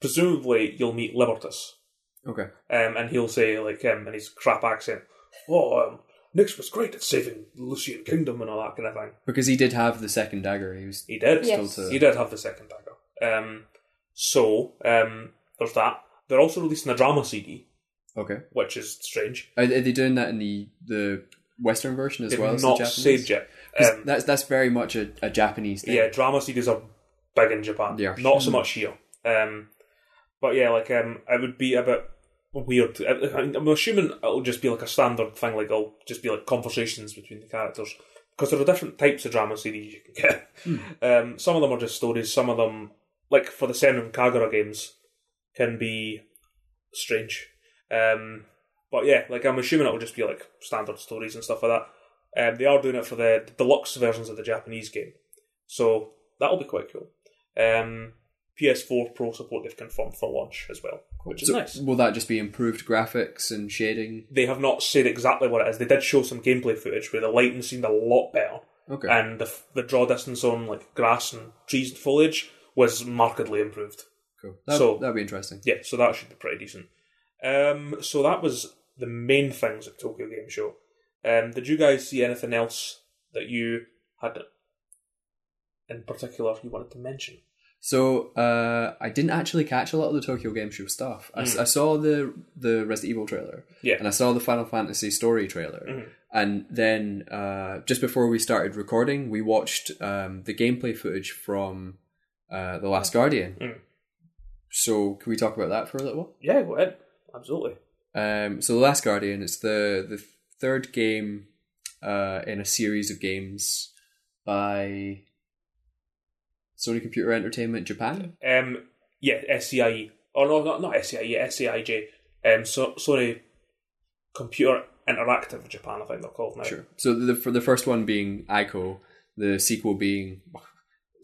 Speaker 3: Presumably, you'll meet Libertus,
Speaker 2: Okay.
Speaker 3: um, and he'll say like um, in his crap accent, "Oh, um, Nyx was great at saving Lucian Kingdom and all that kind of thing."
Speaker 2: Because he did have the second dagger. He was.
Speaker 3: He did.
Speaker 4: Yes.
Speaker 2: Still to-
Speaker 3: He did have the second dagger. Um, so um, there's that. They're also releasing a drama CD,
Speaker 2: Okay.
Speaker 3: which is strange.
Speaker 2: Are, are they doing that in the the Western version as
Speaker 3: They've
Speaker 2: well as
Speaker 3: not
Speaker 2: the Japanese?
Speaker 3: saved yet.
Speaker 2: 'Cause
Speaker 3: Um,
Speaker 2: that's that's very much a, a Japanese thing.
Speaker 3: yeah, drama CDs are big in Japan.
Speaker 2: They are.
Speaker 3: Not so much here. Um, but yeah, like um, it would be a bit weird. to- I, I- I'm assuming it'll just be like a standard thing. Like it'll just be like conversations between the characters because there are different types of drama series you can get.
Speaker 2: Hmm.
Speaker 3: Um, some of them are just stories. Some of them, like for the Sen and Kagura games, can be strange. Um, but yeah, like I'm assuming it'll just be like standard stories and stuff like that. Um, they are doing it for the, the deluxe versions of the Japanese game, so that'll be quite cool. Um, PS4 Pro support they've confirmed for launch as well, which is
Speaker 2: So
Speaker 3: nice.
Speaker 2: Will that just be improved graphics and shading?
Speaker 3: They have not said exactly what it is. They did show some gameplay footage where the lighting seemed a lot better,
Speaker 2: Okay.
Speaker 3: and the f- the draw distance on like grass and trees and foliage was markedly improved.
Speaker 2: cool. That,
Speaker 3: so-
Speaker 2: that'd be interesting.
Speaker 3: Yeah, so that should be pretty decent. Um, so that was the main things at Tokyo Game Show. Um, did you guys see anything else that you had in particular you wanted to mention?
Speaker 2: So uh, I didn't actually catch a lot of the Tokyo Game Show stuff. I, s- I saw the the Resident Evil trailer,
Speaker 3: Mm. Yeah. Mm-hmm.
Speaker 2: and I saw the Final Fantasy story trailer, and then uh, just before we started recording, we watched um, the gameplay footage from uh, the Last Guardian.
Speaker 3: Mm.
Speaker 2: So can we talk about that for a little while?
Speaker 3: Yeah, go ahead. Absolutely.
Speaker 2: Um, so the Last Guardian is the the third game uh, in a series of games by Sony Computer Entertainment Japan.
Speaker 3: Um, yeah, SCIE. Oh no, not not SCIE. SCIJ. Um, so, Sony Computer Interactive Japan, I think they're called now.
Speaker 2: Sure. So the for the first one being Ico, the sequel being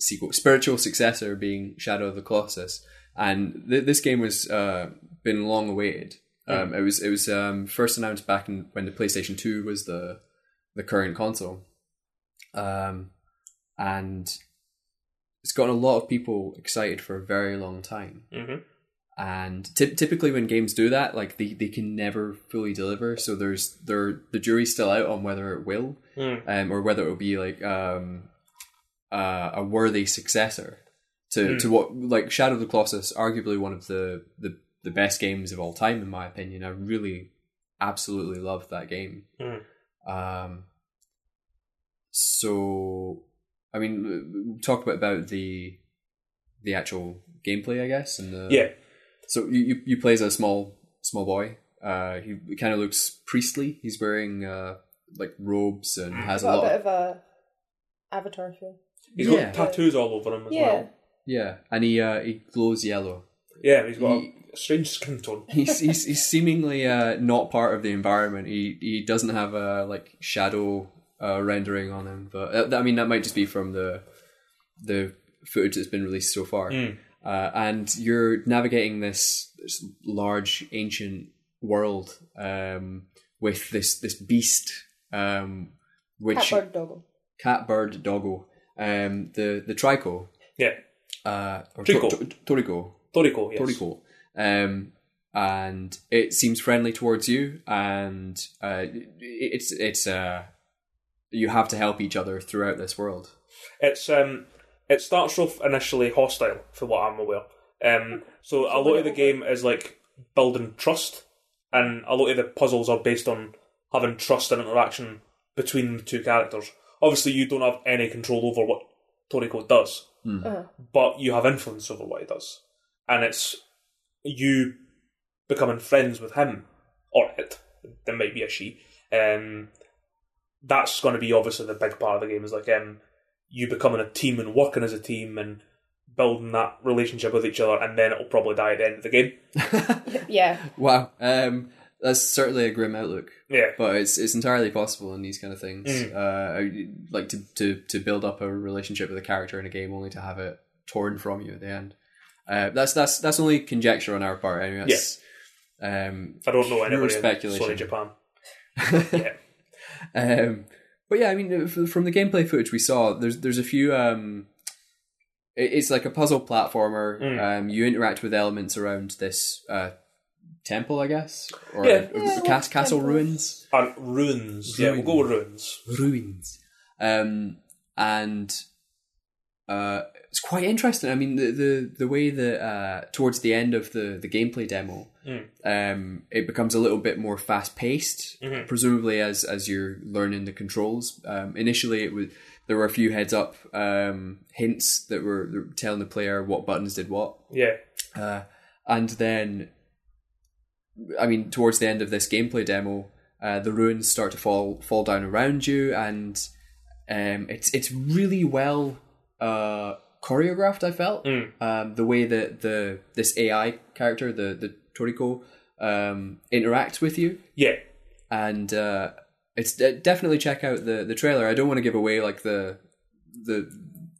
Speaker 2: sequel spiritual successor being Shadow of the Colossus, and th- this game was uh, been long awaited. Um, It was it was um, first announced back in, when the PlayStation Two was the the current console, um, and it's gotten a lot of people excited for a very long time
Speaker 3: hmm
Speaker 2: and ty- typically when games do that like they, they can never fully deliver so there's there the jury's still out on whether it will
Speaker 3: Hmm.
Speaker 2: um, or whether it'll be like um, uh, a worthy successor to, to what like shadow of the colossus arguably one of the, the the best games of all time in my opinion i really absolutely loved that game
Speaker 3: Mm.
Speaker 2: Um, so, I mean, talk a bit about the the actual gameplay, I guess. And the,
Speaker 3: Yeah,
Speaker 2: So you, you you play as a small small boy. Uh, he kind of looks priestly. He's wearing uh like robes and has a
Speaker 4: got Mm. a
Speaker 2: lot.
Speaker 4: bit
Speaker 2: Of,
Speaker 4: of a avatar feel.
Speaker 3: he's
Speaker 2: Yeah.
Speaker 3: got tattoos all over him as
Speaker 4: Yeah.
Speaker 3: well.
Speaker 2: yeah, and he uh, he glows yellow.
Speaker 3: Yeah, he's got a strange skin tone.
Speaker 2: he's he's, he's seemingly uh, not part of the environment. He he doesn't have a like shadow uh, rendering on him, but that, that- I mean that might just be from the the footage that's been released so far. Uh, and you're navigating this, this large ancient world um, with this this beast, um, which
Speaker 4: Catbird doggo.
Speaker 2: cat, bird, doggo, um, the the trico,
Speaker 3: Yeah,
Speaker 2: uh, or
Speaker 3: Trico.
Speaker 2: to- to- torico,
Speaker 3: Toriko. Yes.
Speaker 2: pretty cool. Um, and it seems friendly towards you, and uh, it- it's it's uh, you have to help each other throughout this world.
Speaker 3: It's um, it starts off initially hostile, for what I'm aware. Um, so a lot of the game is like building trust, and a lot of the puzzles are based on having trust and interaction between the two characters. Obviously, you don't have any control over what Toriko does,
Speaker 4: Uh-huh.
Speaker 3: but you have influence over what he does, and it's you becoming friends with him or it. There might be a she. Um, that's going to be obviously the big part of the game is like um, you becoming a team and working as a team and building that relationship with each other, and then it'll probably die at the end of the game.
Speaker 4: Yeah.
Speaker 2: Wow, um, that's certainly a grim outlook,
Speaker 3: Yeah,
Speaker 2: but it's it's entirely possible in these kind of things. Uh, like to, to to build up a relationship with a character in a game only to have it torn from you at the end. Uh, that's that's that's only conjecture on our part. Anyway, that's, um,
Speaker 3: I don't know
Speaker 2: Pure
Speaker 3: anybody in
Speaker 2: speculation.
Speaker 3: Sony Japan.
Speaker 2: Um, but yeah, I mean, f- from the gameplay footage we saw, there's there's a few. Um, it- it's like a puzzle platformer. Um, you interact with elements around this uh, temple, I guess, or
Speaker 3: Yeah.
Speaker 2: or
Speaker 4: Yeah,
Speaker 2: cas- castle
Speaker 4: temple.
Speaker 2: ruins.
Speaker 3: And ruins. Yeah, we'll go with ruins.
Speaker 2: Ruins. Um, and uh, it's quite interesting. I mean, the the, the way that uh, towards the end of the the gameplay demo, um, it becomes a little bit more fast paced. Presumably, as as you're learning the controls. Um, initially, it was there were a few heads up um, hints that were, that were telling the player what buttons did what,
Speaker 3: Yeah,
Speaker 2: uh, and then, I mean, towards the end of this gameplay demo, uh, the ruins start to fall fall down around you, and um, it's it's really well uh, choreographed. I felt um, the way that the this AI character, the the Toriko, um, interacts with you
Speaker 3: yeah.
Speaker 2: and uh, it's de- definitely check out the the trailer. I don't want to give away like the the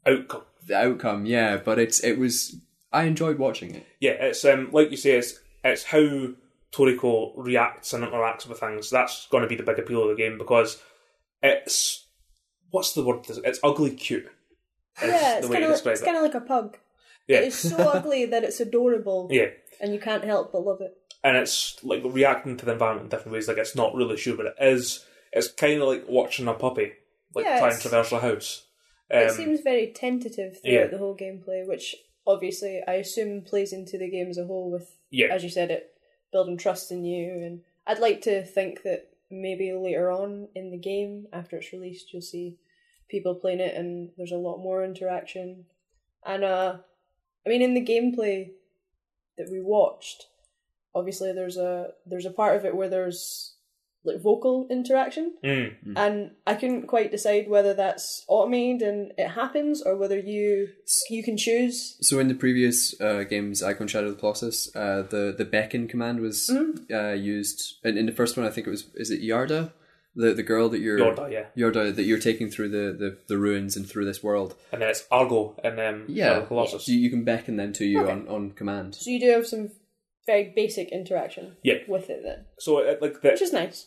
Speaker 3: Outcome.
Speaker 2: the outcome, yeah, but it's it was I enjoyed watching it.
Speaker 3: yeah, it's um like you say, it's it's how Toriko reacts and interacts with things. That's going to be the big appeal of the game because it's what's the word? It's ugly cute. is
Speaker 4: Yeah,
Speaker 3: the
Speaker 4: it's
Speaker 3: way
Speaker 4: kind
Speaker 3: you
Speaker 4: of
Speaker 3: describe
Speaker 4: it's
Speaker 3: it.
Speaker 4: kind of like a pug.
Speaker 3: Yeah.
Speaker 4: It's so ugly that it's adorable,
Speaker 3: Yeah,
Speaker 4: and you can't help but love it.
Speaker 3: and it's like reacting to the environment in different ways. Like it's not really sure, but it is. It's kind of like watching a puppy like
Speaker 4: Yeah,
Speaker 3: try and
Speaker 4: it's-
Speaker 3: traverse a house.
Speaker 4: it
Speaker 3: Um,
Speaker 4: seems very tentative throughout
Speaker 3: yeah.
Speaker 4: the whole gameplay, which obviously I assume plays into the game as a whole. With
Speaker 3: Yeah.
Speaker 4: as you said, it building trust in you, and I'd like to think that maybe later on in the game, after it's released, you'll see people playing it, and there's a lot more interaction. And uh, I mean, in the gameplay that we watched, obviously there's a there's a part of it where there's like vocal interaction
Speaker 3: mm,
Speaker 2: Hmm.
Speaker 4: and I couldn't quite decide whether that's automated and it happens or whether you you can choose.
Speaker 2: So in the previous uh, games, Icon Shadow of the Colossus, uh, the the beckon command was
Speaker 4: Mm.
Speaker 2: uh, used, and in the first one, I think it was is it Yarda, the the girl that you're
Speaker 3: Yorda, yeah.
Speaker 2: Yarda that you're taking through the, the, the ruins and through this world.
Speaker 3: and then it's Argo and um,
Speaker 2: Yeah,
Speaker 3: Shadow of the Colossus.
Speaker 2: you, you can beckon them to you on, on command.
Speaker 4: So you do have some very basic interaction
Speaker 3: Yeah.
Speaker 4: with it then,
Speaker 3: So it, like the
Speaker 4: which is nice.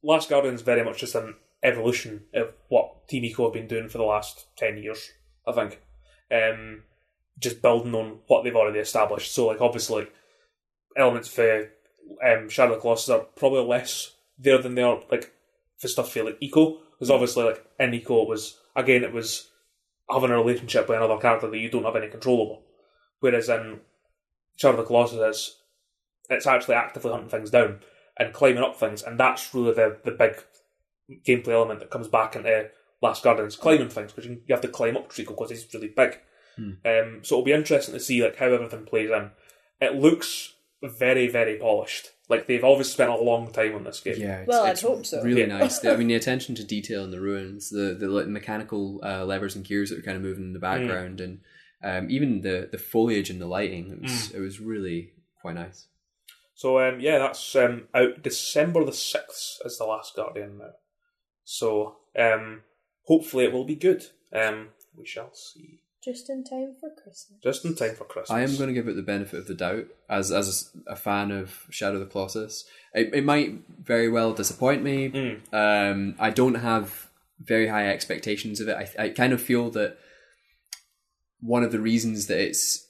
Speaker 3: Last Guardian is very much just an evolution of what Team Eco have been doing for the last 10 years, I think. Um, just building on what they've already established. So, like, obviously, like, elements for um, Shadow of the Colossus are probably less there than they are, like, for stuff for, like, Eco.
Speaker 2: Mm.
Speaker 3: Because obviously, like, in Eco, it was, again, it was having a relationship with another character that you don't have any control over. Whereas in Shadow of the Colossus, it's it's actually actively hunting things down and climbing up things, and that's really the, the big gameplay element that comes back into Last Guardian's climbing things because you, you have to climb up treacle because it's really big.
Speaker 2: Hmm.
Speaker 3: Um, so it'll be interesting to see like how everything plays in. It looks very very polished. Like they've obviously spent a long time on this game.
Speaker 2: Yeah, it's,
Speaker 4: Well, I'd
Speaker 2: it's
Speaker 4: hope so.
Speaker 2: Really
Speaker 3: Yeah.
Speaker 2: nice. The- I mean, the attention to detail in the ruins, the the like, mechanical uh, levers and gears that were kind of moving in the background, and um, even the the foliage and the lighting. It was it was really quite nice.
Speaker 3: So um, yeah, that's um, out December the sixth is the last Guardian now. So um, hopefully it will be good. Um, we shall see.
Speaker 4: Just in time for Christmas.
Speaker 3: Just in time for Christmas.
Speaker 2: I am going to give it the benefit of the doubt as as a fan of Shadow of the Colossus. It, it might very well disappoint me. Um, I don't have very high expectations of it. I, I kind of feel that one of the reasons that it's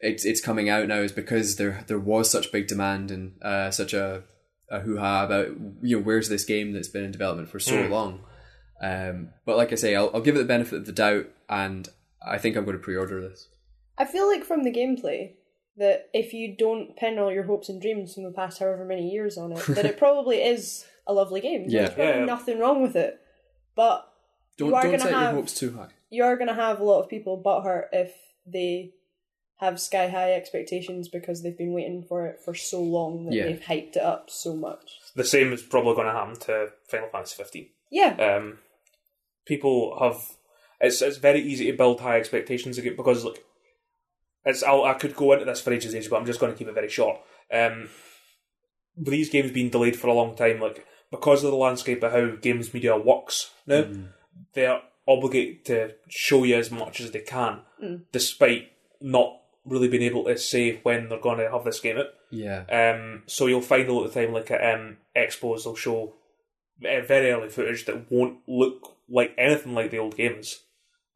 Speaker 2: it's it's coming out now is because there there was such big demand and uh, such a a hoo ha about you know where's this game that's been in development for so long. Um, but like I say, I'll, I'll give it the benefit of the doubt, and I think I'm going to pre-order this.
Speaker 4: I feel like from the gameplay that if you don't pin all your hopes and dreams from the past however many years on it, that it probably is a lovely game.
Speaker 2: Yeah.
Speaker 4: There's probably
Speaker 3: Yeah.
Speaker 4: nothing wrong with it. But
Speaker 2: Don't
Speaker 4: You are
Speaker 2: don't
Speaker 4: gonna
Speaker 2: set your
Speaker 4: have-
Speaker 2: hopes too high.
Speaker 4: you're going to have a lot of people butthurt if they have sky high expectations because they've been waiting for it for so long that
Speaker 2: Yeah.
Speaker 4: they've hyped it up so much.
Speaker 3: The same is probably going to happen to Final Fantasy fifteen.
Speaker 4: Yeah.
Speaker 3: um, people have it's it's very easy to build high expectations again because like it's I'll, I could go into this for ages, and ages, but I'm just going to keep it very short. Um, with these games being delayed for a long time, like because of the landscape of how games media works now, they're obligated to show you as much as they can, despite not really being able to say when they're going to have this game out.
Speaker 2: Yeah.
Speaker 3: Um, so you'll find a lot of the time, like at um, expos, they'll show uh, very early footage that won't look like anything like the old games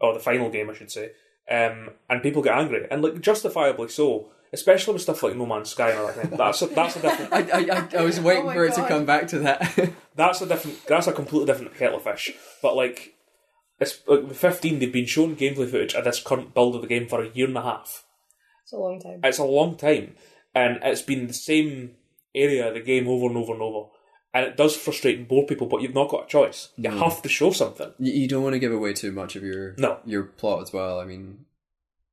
Speaker 3: or the final game, I should say. Um, and people get angry, and like justifiably so, especially with stuff like No Man's Sky and everything. That's a, that's a different
Speaker 2: I, I, I, I was waiting
Speaker 4: Oh my
Speaker 2: for it to
Speaker 4: God.
Speaker 2: come back to that.
Speaker 3: that's a different that's a completely different kettle of fish. But like, it's like with fifteen, they've been shown gameplay footage of this current build of the game for a year and a half.
Speaker 4: It's a long time.
Speaker 3: it's a long time, and it's been the same area of the game over and over and over, and it does frustrate and bore people. But you've not got a choice; you have to show something.
Speaker 2: you, you don't want to give away too much of your
Speaker 3: No.
Speaker 2: your plot as well. I mean,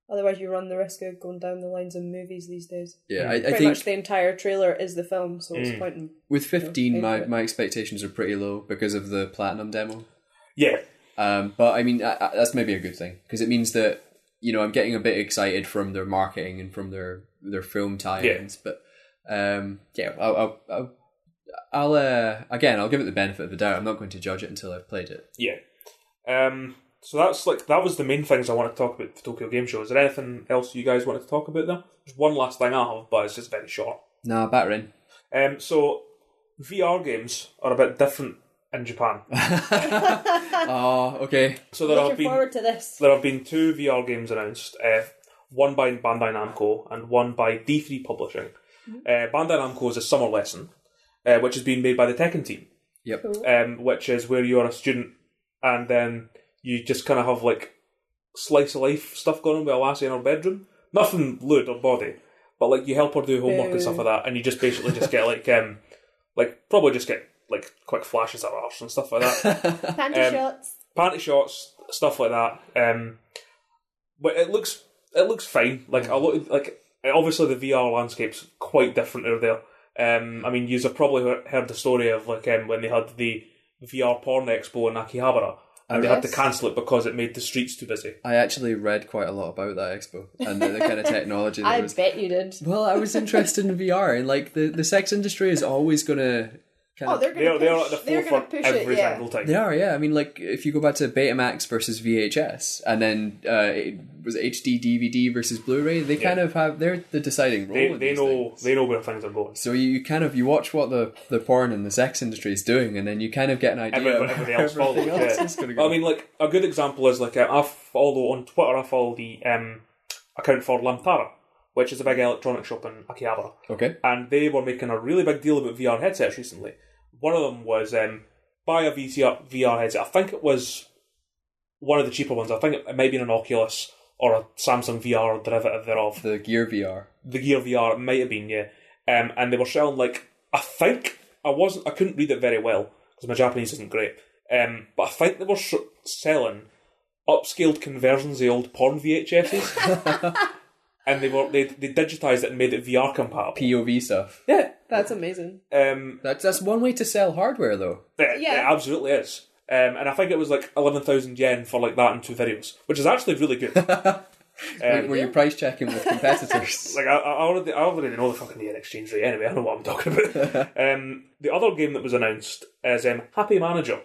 Speaker 4: Otherwise, you run the risk of going down the lines of movies these days.
Speaker 2: yeah,
Speaker 3: Mm.
Speaker 2: I, I
Speaker 4: Pretty
Speaker 2: think
Speaker 4: much the entire trailer is the film, so it's point in
Speaker 2: with fifteen,
Speaker 4: Okay,
Speaker 2: my,
Speaker 4: but-
Speaker 2: my expectations are pretty low because of the platinum demo.
Speaker 3: Yeah,
Speaker 2: Um, but I mean, I, I, that's maybe a good thing because it means that you know I'm getting a bit excited from their marketing and from their their film tie-ins. But um, yeah, I'll I'll, I'll, I'll uh, again I'll give it the benefit of the doubt. I'm not going to judge it until I've played it.
Speaker 3: yeah. Um, so that's like that was the main things I want to talk about for Tokyo Game Show. Is there anything else you guys wanted to talk about there? There's one last thing I have, but it's just very short.
Speaker 2: Nah, battering.
Speaker 3: Um, so VR games are a bit different in Japan.
Speaker 2: Oh, okay.
Speaker 3: So there have
Speaker 4: Looking
Speaker 3: been
Speaker 4: forward to this.
Speaker 3: There have been two VR games announced, uh, one by Bandai Namco and one by D3 Publishing. Uh, Bandai Namco is a summer lesson, uh, which is being made by the Tekken team,
Speaker 2: Yep.
Speaker 3: um, which is where you are a student and then you just kind of have like slice of life stuff going on with a lassie in her bedroom. Nothing lewd or body, but like you help her do homework and stuff like that, and you just basically just get like um, like probably just get like quick flashes at her arse and stuff like that
Speaker 4: Panty
Speaker 3: um,
Speaker 4: shots.
Speaker 3: panty shorts, stuff like that. Um, but it looks it looks fine. Like a lot, of- like obviously the VR landscape's quite different over there. Um, I mean, you've probably he- heard the story of like um, when they had the VR porn expo in Akihabara, and they had to
Speaker 4: yes.
Speaker 3: cancel it because it made the streets too busy.
Speaker 2: I actually read quite a lot about that expo and the, the kind of technology that
Speaker 4: I
Speaker 2: was.
Speaker 4: bet you did.
Speaker 2: Well, I was interested in VR, and like the, the sex industry is always gonna. Kind
Speaker 4: Oh,
Speaker 2: of,
Speaker 4: they're
Speaker 3: They are
Speaker 4: going
Speaker 3: they are
Speaker 4: to
Speaker 3: at the
Speaker 4: push. They're going to
Speaker 3: forefront
Speaker 4: push
Speaker 3: every
Speaker 4: it. Yeah.
Speaker 3: single time.
Speaker 2: they are, yeah. I mean, like if you go back to Betamax versus VHS, and then uh, it was it HD DVD versus Blu-ray. They kind of have they're the deciding role.
Speaker 3: They,
Speaker 2: in
Speaker 3: they
Speaker 2: these
Speaker 3: know
Speaker 2: things.
Speaker 3: they know where things are going.
Speaker 2: So you, you kind of you watch what the, the porn and the sex industry is doing, and then you kind of get an idea
Speaker 3: Everything,
Speaker 2: of
Speaker 3: everything else
Speaker 2: everything
Speaker 3: follows.
Speaker 2: else
Speaker 3: yeah.
Speaker 2: is gonna
Speaker 3: But
Speaker 2: go.
Speaker 3: I mean, like a good example is like uh, I follow on Twitter. I follow the um, account for Lampara, which is a big electronic shop in Akihabara,
Speaker 2: okay,
Speaker 3: and they were making a really big deal about VR headsets recently. One of them was um, buy a VCR, VR headset. I think it was one of the cheaper ones. I think it, it might be an Oculus or a Samsung VR derivative thereof
Speaker 2: the Gear VR.
Speaker 3: the Gear VR it might have been, yeah. Um, and they were selling like I think I wasn't I couldn't read it very well because my Japanese isn't great. Um, but I think they were s selling upscaled conversions of old porn VHSs, and they were they they digitized it and made it VR compatible.
Speaker 2: POV stuff.
Speaker 3: yeah,
Speaker 4: That's amazing.
Speaker 3: um,
Speaker 2: That's that's one way to sell hardware though.
Speaker 3: it,
Speaker 4: Yeah.
Speaker 3: it absolutely is. Um, and I think it was like eleven thousand yen for like that and two videos, which is actually really good.
Speaker 2: Where you're price checking with competitors.
Speaker 3: Like I, I already, I already know the fucking yen exchange rate anyway. I know what I'm talking about. um, the other game that was announced is um, Happy Manager.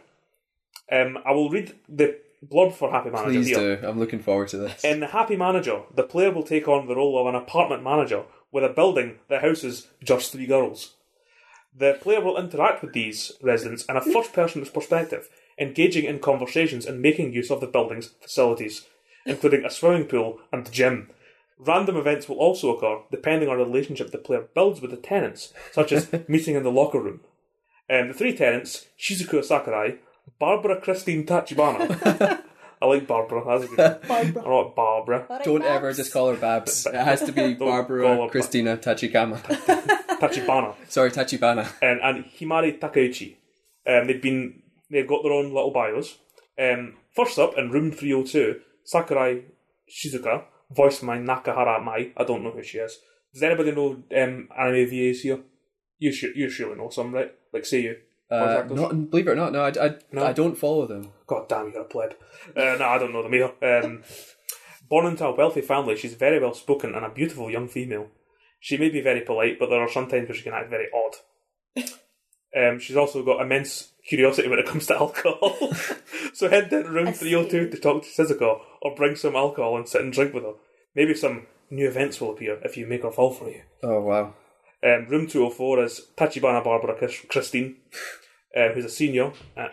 Speaker 3: Um, I will read the blurb for Happy Manager.
Speaker 2: Please
Speaker 3: here.
Speaker 2: do. I'm looking forward to this.
Speaker 3: In the Happy Manager, the player will take on the role of an apartment manager with a building that houses just three girls. The player will interact with these residents in a first person perspective, engaging in conversations and making use of the building's facilities, including a swimming pool and the gym. Random events will also occur depending on the relationship the player builds with the tenants, such as meeting in the locker room. Um, the three tenants, Shizuku Sakurai, Barbara Christine Tachibana. I like Barbara, that's a good one.
Speaker 4: Barbara.
Speaker 3: I not Barbara.
Speaker 2: Don't ever just call her Babs. It has to be
Speaker 3: call
Speaker 2: Barbara
Speaker 3: her
Speaker 2: Christina Tachikama.
Speaker 3: Tachibana
Speaker 2: Sorry, Tachibana.
Speaker 3: and, um, and Himari Takeuchi. Um, they've been they've got their own little bios. Um, first up in room three hundred two, Sakurai Shizuka, voiced by Nakahara Mai. I don't know who she is. Does anybody know um, anime VAs here? You should you surely know some, right? Like say you. voice
Speaker 2: Uh,
Speaker 3: actors?
Speaker 2: not, believe it or not, no, I, I,
Speaker 3: No.
Speaker 2: I don't follow them.
Speaker 3: God damn, you're a pleb. Uh, no, I don't know them either. Um, born into a wealthy family, she's very well spoken and a beautiful young female. She may be very polite, but there are some times where she can act very odd. Um, she's also got immense curiosity when it comes to alcohol. so head down to room 302 to talk to Sizuko or bring some alcohol and sit and drink with her. Maybe some new events will appear if you make her fall for you.
Speaker 2: Oh, wow.
Speaker 3: Um, room 204 is Tachibana Barbara Chris- Christine, um, who's a senior at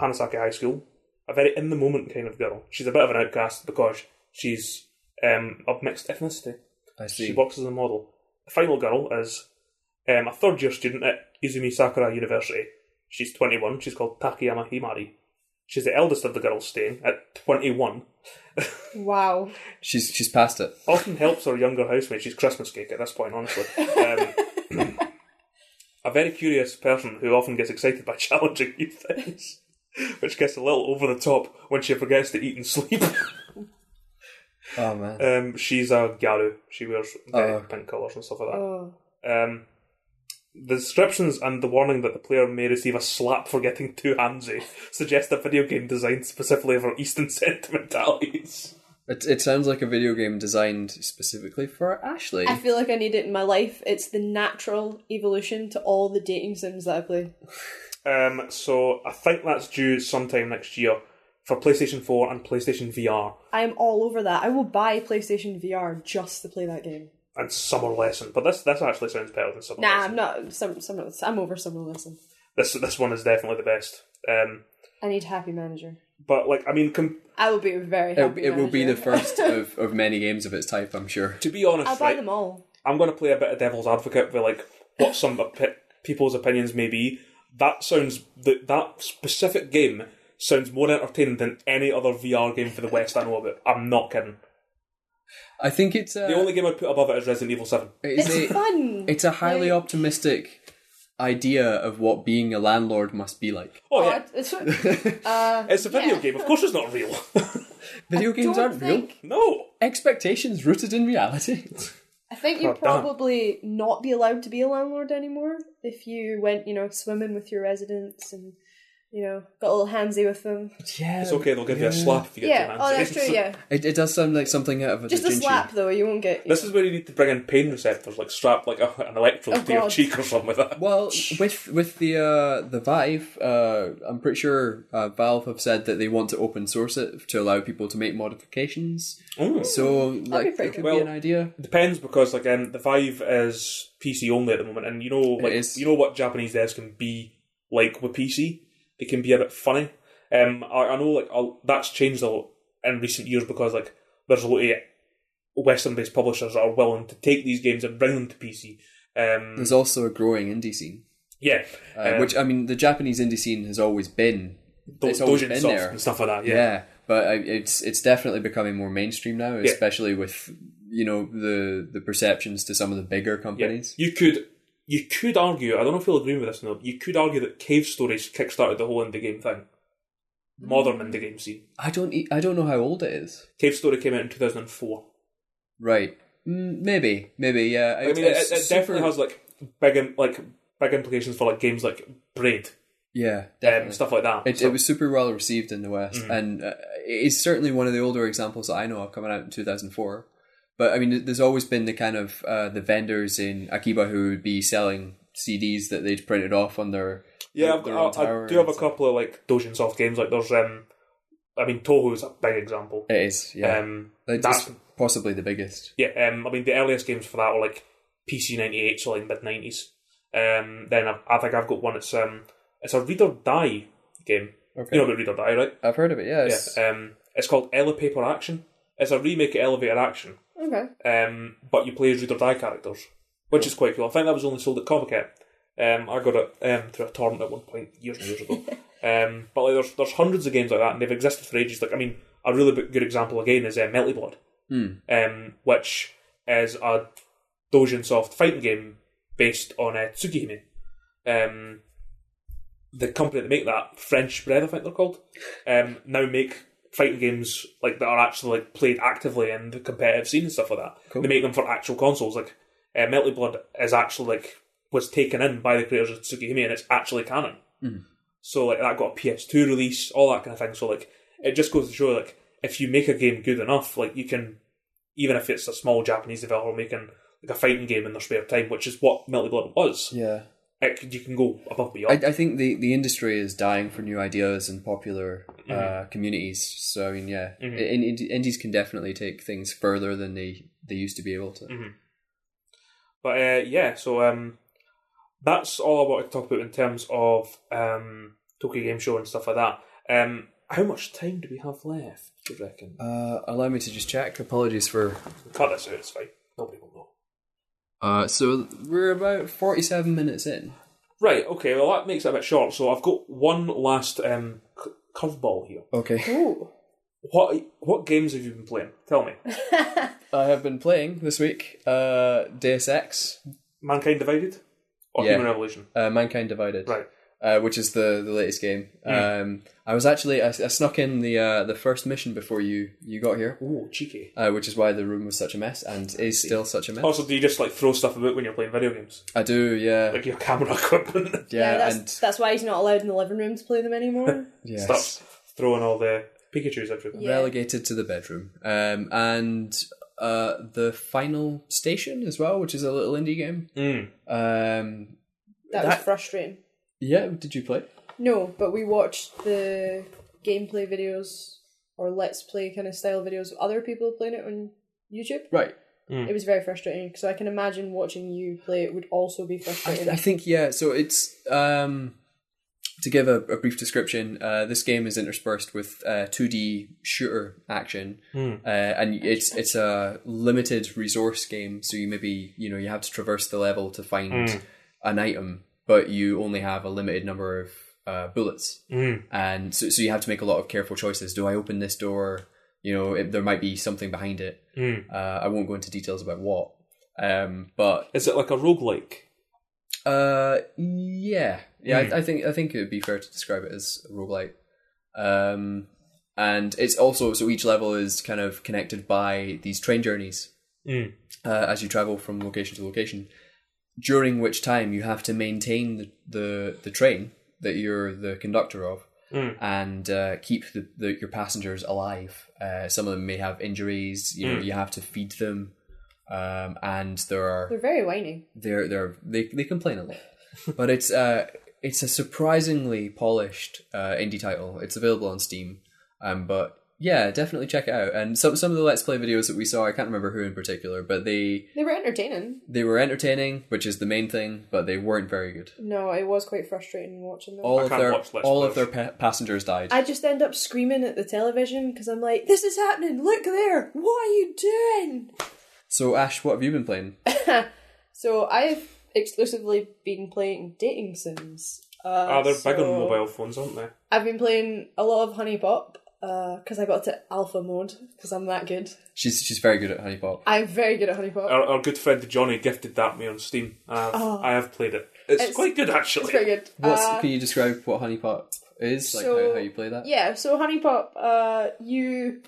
Speaker 3: Hanasaki High School. A very in the moment kind of girl. She's a bit of an outcast because she's um, of mixed ethnicity.
Speaker 2: I
Speaker 3: She
Speaker 2: see.
Speaker 3: works as a model. The final girl is um, a third year student at Izumi Sakura University. She's 21. She's called Takayama Himari. She's the eldest of the girls staying at 21.
Speaker 4: Wow.
Speaker 2: She's she's past it.
Speaker 3: often helps her younger housemate. She's Christmas cake at this point, honestly. Um, a very curious person who often gets excited by challenging new things, which gets a little over the top when she forgets to eat and sleep.
Speaker 2: Oh, man.
Speaker 3: Um, she's a Garu. She wears very
Speaker 2: Oh.
Speaker 3: pink colours and stuff like that.
Speaker 4: Oh.
Speaker 3: Um, the descriptions and the warning that the player may receive a slap for getting too handsy suggest a video game designed specifically for Eastern sentimentalities.
Speaker 2: It, it sounds like a video game designed specifically for Ashley.
Speaker 4: I feel like I need it in my life. It's the natural evolution to all the dating sims that I play.
Speaker 3: Um, so I think that's due sometime next year for PlayStation 4 and PlayStation VR
Speaker 4: I am all over that. I will buy PlayStation VR just to play that game.
Speaker 3: and Summer Lesson. But this this actually sounds better than Summer
Speaker 4: Nah,
Speaker 3: Lesson.
Speaker 4: I'm not. Some, some, I'm over summer lesson.
Speaker 3: This this one is definitely the best. Um,
Speaker 4: I need happy manager.
Speaker 3: but like I mean, com-
Speaker 4: I will be very
Speaker 2: it,
Speaker 4: happy.
Speaker 2: it will be the
Speaker 4: manager.
Speaker 2: first uh, of, of many games of its type, I'm sure.
Speaker 3: to be honest,
Speaker 4: I'll buy
Speaker 3: right,
Speaker 4: them all.
Speaker 3: I'm going to play a bit of devil's advocate with like what some opi- people's opinions may be. That sounds that that specific game sounds more entertaining than any other VR game for the West I know about. I'm not kidding.
Speaker 2: I think it's a,
Speaker 3: The only game I'd put above it is Resident Evil Seven.
Speaker 2: it's,
Speaker 4: It's
Speaker 2: a,
Speaker 4: fun.
Speaker 2: it's a highly
Speaker 4: Like-
Speaker 2: optimistic idea of what being a landlord must be like.
Speaker 3: Oh
Speaker 4: Oh,
Speaker 3: yeah,
Speaker 4: it's fun. uh,
Speaker 3: it's a video
Speaker 4: yeah.
Speaker 3: game. Of course, it's not real.
Speaker 2: Video games
Speaker 4: don't
Speaker 2: aren't real.
Speaker 4: think-
Speaker 3: no.
Speaker 2: Expectations rooted in reality.
Speaker 4: I think you'd
Speaker 3: Oh, damn.
Speaker 4: probably not be allowed to be a landlord anymore if you went, you know, swimming with your residents and, you know, got a little handsy with them.
Speaker 2: yeah.
Speaker 3: It's okay, they'll give you a slap if you get
Speaker 4: Yeah,
Speaker 3: too
Speaker 4: oh,
Speaker 3: handsy.
Speaker 4: that's true, yeah.
Speaker 2: It, it does sound like something out of a
Speaker 4: Just
Speaker 2: Da
Speaker 4: a
Speaker 2: Vinci.
Speaker 4: slap, though, you won't get.
Speaker 3: This is where you need to bring in pain receptors, like strap like a, an electrode
Speaker 4: Oh,
Speaker 3: to your
Speaker 4: God.
Speaker 3: cheek or something like that.
Speaker 2: Well, with with the uh, the Vive, uh, I'm pretty sure uh, Valve have said that they want to open source it to allow people to make modifications.
Speaker 3: Oh. Hmm.
Speaker 2: So, like,
Speaker 4: pretty
Speaker 2: it could
Speaker 3: good.
Speaker 2: be
Speaker 3: Well,
Speaker 2: an idea.
Speaker 3: Depends because like um, the Vive is PC only at the moment, and you know like
Speaker 2: is.
Speaker 3: you know what Japanese devs can be like with PC. They can be a bit funny. Um, I, I know like i that's changed a lot in recent years because like there's a lot of Western-based publishers that are willing to take these games and bring them to PC. Um,
Speaker 2: There's also a growing indie scene,
Speaker 3: yeah,
Speaker 2: uh, which I mean, the Japanese indie scene has always been.
Speaker 3: those
Speaker 2: it's always been there.
Speaker 3: and stuff like that.
Speaker 2: Yeah, but I, it's it's definitely becoming more mainstream now, especially with you know the the perceptions to some of the bigger
Speaker 3: Yeah.
Speaker 2: companies.
Speaker 3: You could you could argue, I don't know if you'll agree with this or not, you could argue that Cave Stories kickstarted the whole indie game thing. modern
Speaker 2: Mm.
Speaker 3: indie game scene.
Speaker 2: I don't. e- I don't know how old it is.
Speaker 3: Cave Story came out in 2004.
Speaker 2: Right. Mm, maybe. Maybe. Yeah.
Speaker 3: I mean, it, it, it definitely has like big im- like big implications for like games like Braid,
Speaker 2: Yeah.
Speaker 3: um,
Speaker 2: Definitely.
Speaker 3: stuff like that.
Speaker 2: It,
Speaker 3: So-
Speaker 2: it was super well received in the West,
Speaker 3: Mm-hmm.
Speaker 2: and uh, it's certainly one of the older examples that I know of coming out in 2004. But I mean, there's always been the kind of uh, the vendors in Akiba who would be selling CDs that they'd printed off on their their-
Speaker 3: Yeah, I've
Speaker 2: their
Speaker 3: got, I, I
Speaker 2: entire-
Speaker 3: do have a couple of like Dojin soft games. Like there's, um, I mean, Toho is a big example.
Speaker 2: It is, yeah,
Speaker 3: Um,
Speaker 2: Like,
Speaker 3: that's-
Speaker 2: it's possibly the biggest.
Speaker 3: yeah. Um, I mean, the earliest games for that were like PC ninety eight, so like mid nineties. Um, then I, I think I've got one. It's um, it's a read or die game.
Speaker 2: Okay,
Speaker 3: You know about read or die, right?
Speaker 2: I've heard of it. Yeah, it's-
Speaker 3: Yeah. Um, it's called Ella Paper Action. It's a remake of Elevator Action,
Speaker 4: Okay.
Speaker 3: um, but you play as read or die characters, which is quite cool. I think that was only sold at Comic Um, I got it um, through a torrent at one point years and years ago. um, but like, there's there's hundreds of games like that, and they've existed for ages. Like I mean, a really b- good example again is uh, Melty Blood, um, which is a Dojin Soft fighting game based on uh, Tsukihime. Um, the company that make that French bread, I think they're called, um, now make fighting games like that are actually like played actively in the competitive scene and stuff like that. They make them for actual consoles. Like uh, Melty Blood is actually like was taken in by the creators of Tsukihime, and it's actually canon. So like that got a PS2 release, all that kind of thing. So like it just goes to show like if you make a game good enough, like you can even if it's a small Japanese developer making like a fighting game in their spare time, which is what Melty Blood was,
Speaker 2: yeah.
Speaker 3: it, could- you can go above and
Speaker 2: I,
Speaker 3: beyond.
Speaker 2: I think the, the industry is dying for new ideas and popular
Speaker 3: Mm-hmm.
Speaker 2: uh, communities. So I mean, yeah, in, in, indies can definitely take things further than they, they used to be able
Speaker 3: Mm-hmm.
Speaker 2: to.
Speaker 3: But uh, yeah, so um, that's all I wanted to talk about in terms of um, Tokyo Game Show and stuff like that. Um, how much time do we have left? Do you reckon?
Speaker 2: Uh, allow me to just check. Apologies for.
Speaker 3: Cut this out. It's fine. Nobody will know.
Speaker 2: Uh, so we're about forty-seven minutes in.
Speaker 3: Right. Okay. Well, that makes it a bit short. So I've got one last um, c- curveball here.
Speaker 2: Okay.
Speaker 4: Ooh.
Speaker 3: What What games have you been playing? Tell me.
Speaker 2: I have been playing this week. Uh, Deus Ex,
Speaker 3: Mankind Divided or
Speaker 2: Yeah.
Speaker 3: Human Revolution?
Speaker 2: uh, Mankind Divided.
Speaker 3: Right. Mm.
Speaker 2: uh, which is the, the latest game. Um, I was actually I, I snuck in the uh, the first mission before you you got here,
Speaker 3: Ooh, cheeky.
Speaker 2: uh, which is why the room was such a mess and is still such a mess.
Speaker 3: Also, do you just like throw stuff about when you're playing video games,
Speaker 2: I do, yeah,
Speaker 3: like your camera equipment?
Speaker 2: yeah,
Speaker 4: Yeah, that's
Speaker 2: and
Speaker 4: that's why he's not allowed in the living room to play them anymore.
Speaker 2: yes.
Speaker 3: Stop throwing all the Pikachu's everywhere.
Speaker 4: Yeah.
Speaker 2: relegated to the bedroom. Um, and uh, the final station as well, which is a little indie game.
Speaker 3: Mm.
Speaker 2: Um,
Speaker 4: That,
Speaker 2: That-
Speaker 4: was frustrating.
Speaker 2: yeah, did you play?
Speaker 4: No, but we watched the gameplay videos or let's play kind of style videos of other people playing it on YouTube.
Speaker 2: Right.
Speaker 4: It was very frustrating, so I can imagine watching you play it would also be frustrating.
Speaker 2: I think yeah. So it's um, to give a, a brief description. Uh, this game is interspersed with uh, two D shooter action, uh, and it's it's a limited resource game. So you maybe you know you have to traverse the level to find an item, but you only have a limited number of uh, bullets and so, so you have to make a lot of careful choices. Do I open this door? You know, it, there might be something behind it. Uh, I won't go into details about what, um, but
Speaker 3: Is it like a roguelike?
Speaker 2: uh, yeah, yeah. I, I think I think it would be fair to describe it as a roguelite. Um, and it's also so each level is kind of connected by these train journeys
Speaker 3: Mm.
Speaker 2: uh, as you travel from location to location. During which time you have to maintain the the, the train that you're the conductor of, and uh, keep the, the your passengers alive. Uh, some of them may have injuries. You know, you have to feed them, um, and there are
Speaker 4: They're very whiny.
Speaker 2: they're they're they, they complain a lot but it's uh it's a surprisingly polished uh, indie title it's available on steam um but yeah definitely check it out and some some of the let's play videos that we saw i can't remember who in particular but they
Speaker 4: They were entertaining.
Speaker 2: they were entertaining which is the main thing but they weren't very good
Speaker 4: No, it was quite frustrating watching them.
Speaker 2: all
Speaker 3: I
Speaker 2: of
Speaker 3: can't
Speaker 2: their
Speaker 3: watch Let's
Speaker 2: all of their
Speaker 3: Plays.
Speaker 2: pa- passengers died
Speaker 4: I just end up screaming at the television because I'm like, "This is happening! Look there! What are you doing?"
Speaker 2: so ash what have you been playing
Speaker 4: So I've exclusively been playing dating sims. Uh,
Speaker 3: Ah, they're
Speaker 4: so
Speaker 3: big on mobile phones, aren't they?
Speaker 4: I've been playing a lot of Honey Pop because I got to alpha mode because I'm that good.
Speaker 2: she's she's very good at honey pop
Speaker 4: I'm very good at Honey Pop.
Speaker 3: Our, our good friend Johnny gifted that me on Steam, and I've, I have played it. It's,
Speaker 4: Oh. It's-
Speaker 3: quite good, actually.
Speaker 4: it's pretty good.
Speaker 2: What's,
Speaker 4: Uh,
Speaker 2: can you describe what honey pop is like
Speaker 4: So-
Speaker 2: how, how you play that.
Speaker 4: Yeah, so Honey Pop, uh, you.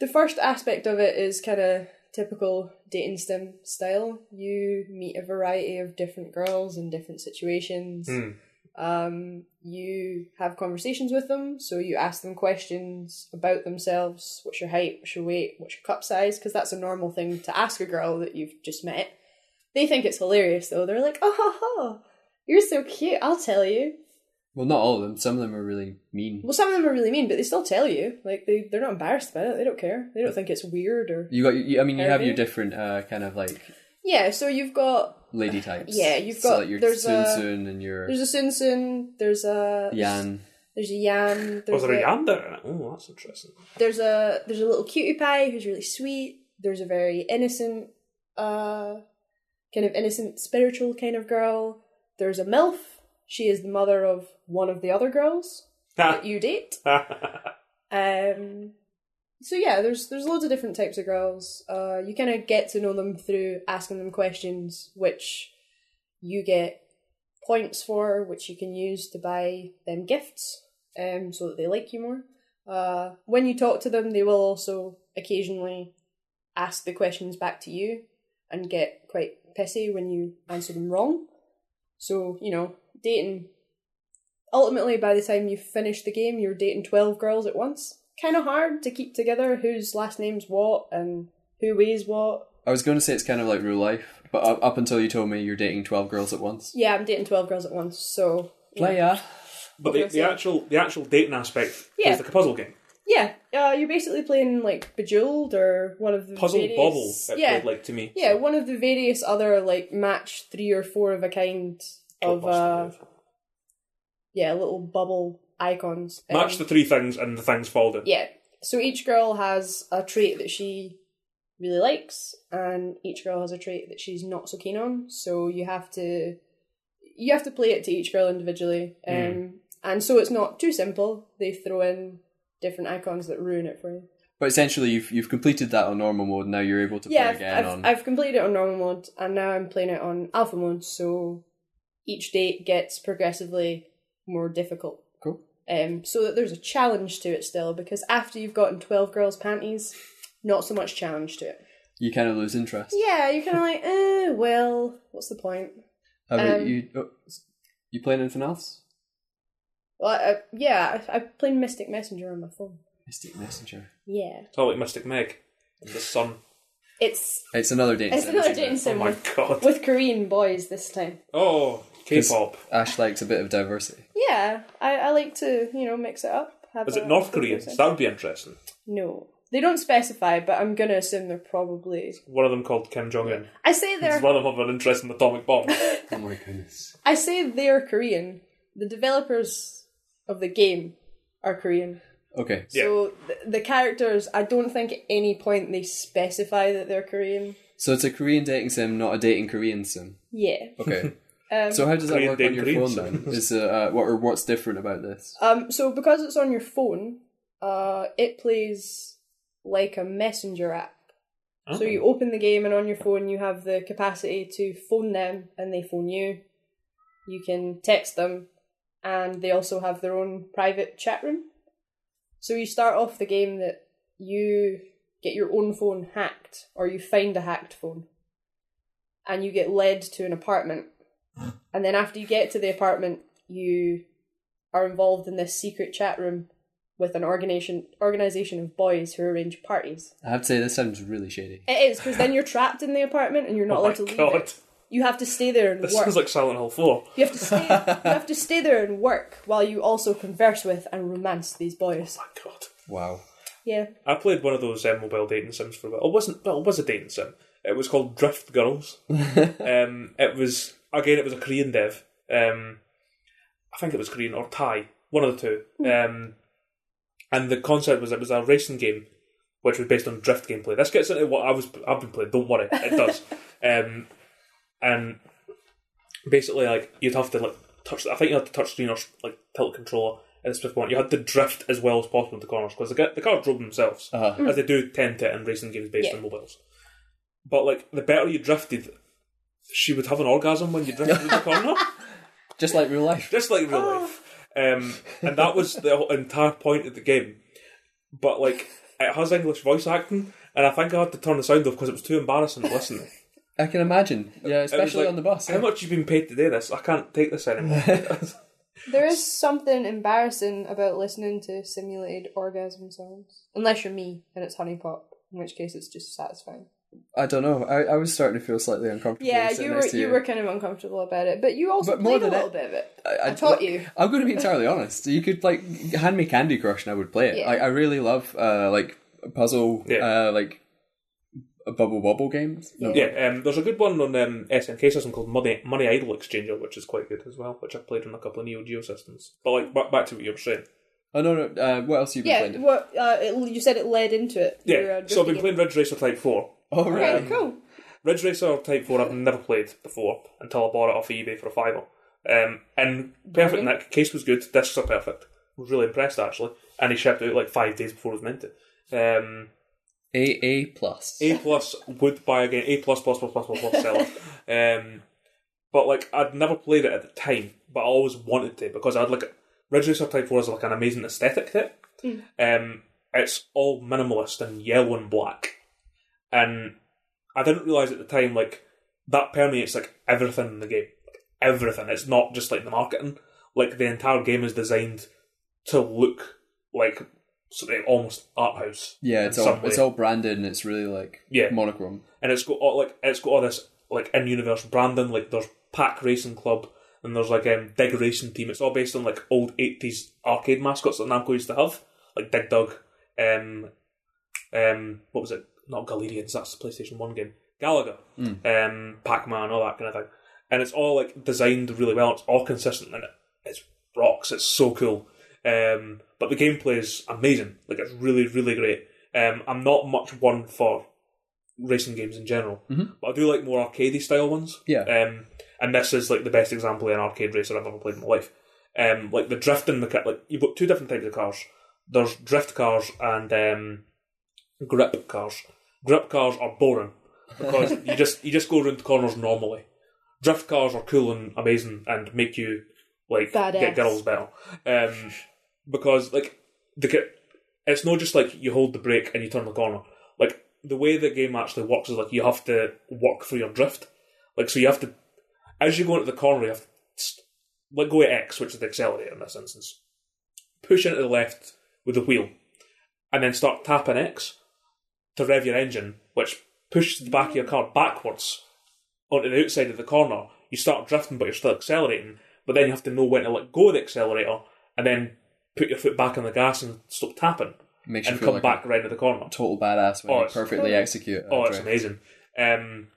Speaker 4: The first aspect of it is kind of typical dating sim style. You meet a variety of different girls in different situations.
Speaker 3: Hmm.
Speaker 4: Um, you have conversations with them, so you ask them questions about themselves. What's your height? What's your weight? What's your cup size? Because that's a normal thing to ask a girl that you've just met. They think it's hilarious, though. They're like, "Oh, ha, ha, you're so cute! I'll tell you."
Speaker 2: Well, not all of them. Some of them are really mean.
Speaker 4: Well, some of them are really mean, but they still tell you. Like they, they're not embarrassed about it. They don't care. They don't think it's weird or
Speaker 2: You got. You, I mean, you have your
Speaker 4: Herbie?
Speaker 2: different uh, kind of like
Speaker 4: yeah. So you've got
Speaker 2: lady types.
Speaker 4: Uh, Yeah, you've
Speaker 2: so
Speaker 4: got-
Speaker 2: like your
Speaker 4: there's
Speaker 2: soon
Speaker 4: a-
Speaker 2: soon and your
Speaker 4: there's a Sun Sun. There's a
Speaker 2: Yan.
Speaker 4: There's a Yan.
Speaker 3: Was
Speaker 4: There's
Speaker 3: there a
Speaker 4: the-
Speaker 3: yam there in it? Oh, that's interesting.
Speaker 4: There's a there's a little cutie pie who's really sweet. There's a very innocent, uh, kind of innocent spiritual kind of girl. There's a milf. She is the mother of one of the other girls that you date. Um, so yeah, there's there's loads of different types of girls. Uh, you kind of get to know them through asking them questions, which you get points for, which you can use to buy them gifts, um, so that they like you more. Uh, when you talk to them, they will also occasionally ask the questions back to you and get quite pissy when you answer them wrong. So you know, dating ultimately by the time you finish the game you're dating 12 girls at once kind of hard to keep together whose last name's what and who weighs what
Speaker 2: I was going to say it's kind of like real life, but up, up until you told me you're dating twelve girls at once.
Speaker 4: yeah i'm dating 12 girls at once so you know.
Speaker 2: Player.
Speaker 3: But the, the actual the actual dating aspect
Speaker 4: Yeah.
Speaker 3: is like a puzzle game.
Speaker 4: yeah uh, you're basically playing like bejeweled or one of the
Speaker 3: Puzzle
Speaker 4: various...
Speaker 3: bobble, it
Speaker 4: yeah
Speaker 3: played like to me.
Speaker 4: yeah one of the various other like match three or four of a kind of uh yeah little bubble icons Um,
Speaker 3: Match the three things and the things fall down.
Speaker 4: Yeah. So each girl has a trait that she really likes, and each girl has a trait that she's not so keen on. So you have to you have to play it to each girl individually,
Speaker 2: Hmm.
Speaker 4: um, and so it's not too simple. They throw in different icons that ruin it for you.
Speaker 2: But essentially, you've you've completed that on normal mode. Now you're able to
Speaker 4: yeah,
Speaker 2: play
Speaker 4: I've,
Speaker 2: again
Speaker 4: I've,
Speaker 2: on.
Speaker 4: I've completed it on normal mode, and now I'm playing it on alpha mode. So each date gets progressively more difficult.
Speaker 2: Cool.
Speaker 4: Um, so that there's a challenge to it still, because after you've gotten twelve girls' panties, not so much challenge to it.
Speaker 2: You kind of lose interest.
Speaker 4: Yeah, you're kind of like, eh, well, what's the point?
Speaker 2: Have you-
Speaker 4: um,
Speaker 2: you oh, you playing anything else?
Speaker 4: Well, I, yeah, I, I played Mystic Messenger on my phone.
Speaker 2: Mystic Messenger.
Speaker 4: Yeah,
Speaker 3: It's all like Mystic Meg. and The sun.
Speaker 4: it's
Speaker 2: It's another dating.
Speaker 4: it's
Speaker 2: sim,
Speaker 4: another
Speaker 2: isn't it?
Speaker 4: dating
Speaker 3: Oh
Speaker 4: sim
Speaker 3: my
Speaker 4: with,
Speaker 3: god.
Speaker 4: with Korean boys this time.
Speaker 3: Oh, K-pop.
Speaker 2: Ash likes a bit of diversity.
Speaker 4: Yeah, I, I like to you know mix it up. Have
Speaker 3: Is
Speaker 4: a-
Speaker 3: it North
Speaker 4: a
Speaker 3: Koreans?
Speaker 4: different-
Speaker 3: That would be interesting.
Speaker 4: No. They don't specify, but I'm gonna assume they're probably.
Speaker 3: One of them called Kim Jong Un.
Speaker 4: I say they're.
Speaker 3: One of them have an interest in atomic bombs.
Speaker 2: Oh my goodness.
Speaker 4: I say they're Korean. The developers of the game are Korean,
Speaker 2: Okay.
Speaker 4: so th- the characters. I don't think at any point they specify that they're Korean.
Speaker 2: So it's a Korean dating sim, not a dating Korean sim.
Speaker 4: Yeah.
Speaker 2: Okay.
Speaker 4: Um,
Speaker 2: so how does that
Speaker 3: Korean
Speaker 2: work on
Speaker 3: dating
Speaker 2: your
Speaker 3: Korean
Speaker 2: phone then?
Speaker 3: sims.
Speaker 2: Is uh, uh, what or what's different about this?
Speaker 4: Um, so because it's on your phone, uh, it plays like a messenger app. So you open the game, and on your phone, you have the capacity to phone them, and they phone you. You can text them, and they also have their own private chat room. So you start off the game that you get your own phone hacked, or you find a hacked phone, and you get led to an apartment. And then after you get to the apartment, you are involved in this secret chat room with an organization organization of boys who arrange parties.
Speaker 2: I have to say this sounds really shady.
Speaker 4: It is because then you're trapped in the apartment and you're not
Speaker 3: Oh my
Speaker 4: allowed to leave.
Speaker 3: god.
Speaker 4: It. You have to stay there and
Speaker 3: This
Speaker 4: work.
Speaker 3: sounds like Silent Hill 4.
Speaker 4: you have to stay. you have to stay there and work while you also converse with and romance these boys.
Speaker 3: My god.
Speaker 2: Wow.
Speaker 4: Yeah,
Speaker 3: I played one of those uh, mobile dating sims for a while. It wasn't, well, it was a dating sim. It was called Drift Girls. um, it was, again, it was a Korean dev. Um, I think it was Korean or Thai, one of the
Speaker 4: Hmm.
Speaker 3: two. Um, and the concept was it was a racing game, which was based on drift gameplay. This gets into what I was, I've been playing, don't worry, it does. um, and basically, like, you'd have to, like, touch, I think you had to touch screen or, like, tilt controller. At this point, you had to drift as well as possible into corners because the, ca- the cars drove themselves
Speaker 2: Uh-huh.
Speaker 3: as they do tend to in racing games based
Speaker 4: Yeah.
Speaker 3: on mobiles. But like the better you drifted, she would have an orgasm when you drifted in the corner,
Speaker 2: Just like real life.
Speaker 3: just like real life. Um, and that was the entire point of the game. But like, it has English voice acting, and I think I had to turn the sound off because it was too embarrassing to listen. to.
Speaker 2: I can imagine. Yeah,
Speaker 3: It was
Speaker 2: especially
Speaker 3: like,
Speaker 2: on the bus.
Speaker 3: How
Speaker 2: Yeah.
Speaker 3: much you been paid to do this? I can't take this anymore.
Speaker 4: There is something embarrassing about listening to simulated orgasm songs. Unless you're me and it's Honey Pop, in which case it's just satisfying.
Speaker 2: I don't know. I, I was starting to feel slightly uncomfortable.
Speaker 4: Yeah,
Speaker 2: sitting
Speaker 4: you were
Speaker 2: next to
Speaker 4: you were kind of uncomfortable about it, but you also
Speaker 2: But more
Speaker 4: played
Speaker 2: than
Speaker 4: a little
Speaker 2: that-
Speaker 4: bit of it.
Speaker 2: I,
Speaker 4: I taught you.
Speaker 2: I'm going to be entirely honest. You could like hand me Candy Crush and I would play it.
Speaker 4: Yeah.
Speaker 2: Like I really love uh, like puzzle,
Speaker 3: Yeah.
Speaker 2: uh, like bubble bubble games. No.
Speaker 3: yeah, um, there's a good one on um, SNK system called Money Money Idol Exchanger, which is quite good as well, which I played on a couple of Neo Geo systems. But like back, back to what you were saying.
Speaker 2: Oh no, no. Uh, what else have you been
Speaker 4: Yeah,
Speaker 2: playing?
Speaker 4: what uh, it, you said it led into it. You were,
Speaker 3: Yeah,
Speaker 4: uh,
Speaker 3: so I've been
Speaker 4: drifting
Speaker 3: playing Ridge Racer Type Four.
Speaker 2: Oh
Speaker 4: in.
Speaker 2: right.
Speaker 4: Okay, cool.
Speaker 3: Ridge Racer Type 4 I've never played before until I bought it off eBay for a fiver. Um, and perfect in that case was good, discs are perfect. Was really impressed actually. And he shipped it out like five days before it was meant to. Um,
Speaker 2: A A plus.
Speaker 3: a plus would buy again. A plus plus plus plus plus plus seller. Um, but like I'd never played it at the time, but I always wanted to because I'd like Ridge Racer Type Four has like an amazing aesthetic to it. Um, it's all minimalist and yellow and black, and I didn't realize at the time like that permeates like everything in the game, like, everything. It's not just like the marketing. Like the entire game is designed to look like sort of almost art house.
Speaker 2: Yeah,
Speaker 3: in
Speaker 2: it's all
Speaker 3: some way
Speaker 2: it's all branded and it's really like
Speaker 3: Yeah.
Speaker 2: monochrome.
Speaker 3: and it's got all, like it's got all this like in universe branding. Like there's Pack Racing Club and there's like um Dig Racing Team. It's all based on like old eighties arcade mascots that Namco used to have, like Dig Dug. Um, um, what was it? Not Galerians. That's the PlayStation One game. Galaga, um, Pac Man, all that kind of thing. And it's all like designed really well. It's all consistent and it it's rocks. It's so cool. Um, but the gameplay is amazing. Like it's really, really great. Um, I'm not much one for racing games in general. But I do like more arcadey style ones.
Speaker 2: Yeah.
Speaker 3: Um, and this is like the best example of an arcade racer I've ever played in my life. Um, like the drifting mecha- like you've got two different types of cars. There's drift cars and um, grip cars. Grip cars are boring because you just you just go around corners normally. Drift cars are cool and amazing and make you like
Speaker 4: Badass.
Speaker 3: get girls better. Um, because like the g- it's not just like you hold the brake and you turn the corner. Like the way the game actually works is like you have to work through your drift. Like so you have to as you go into the corner you have to st- like go at X, which is the accelerator in this instance. Push into the left with the wheel and then start tapping X to rev your engine, which pushes the back of your car backwards onto the outside of the corner. You start drifting, but you're still accelerating. But then you have to know when to let go of the accelerator and then put your foot back on the gas and stop tapping
Speaker 2: Makes you
Speaker 3: and
Speaker 2: feel
Speaker 3: come
Speaker 2: like
Speaker 3: back around to the corner.
Speaker 2: a total badass when
Speaker 3: Oh,
Speaker 2: you
Speaker 3: it's-
Speaker 2: perfectly execute. a
Speaker 3: Oh, it's
Speaker 2: drift.
Speaker 3: amazing. Um,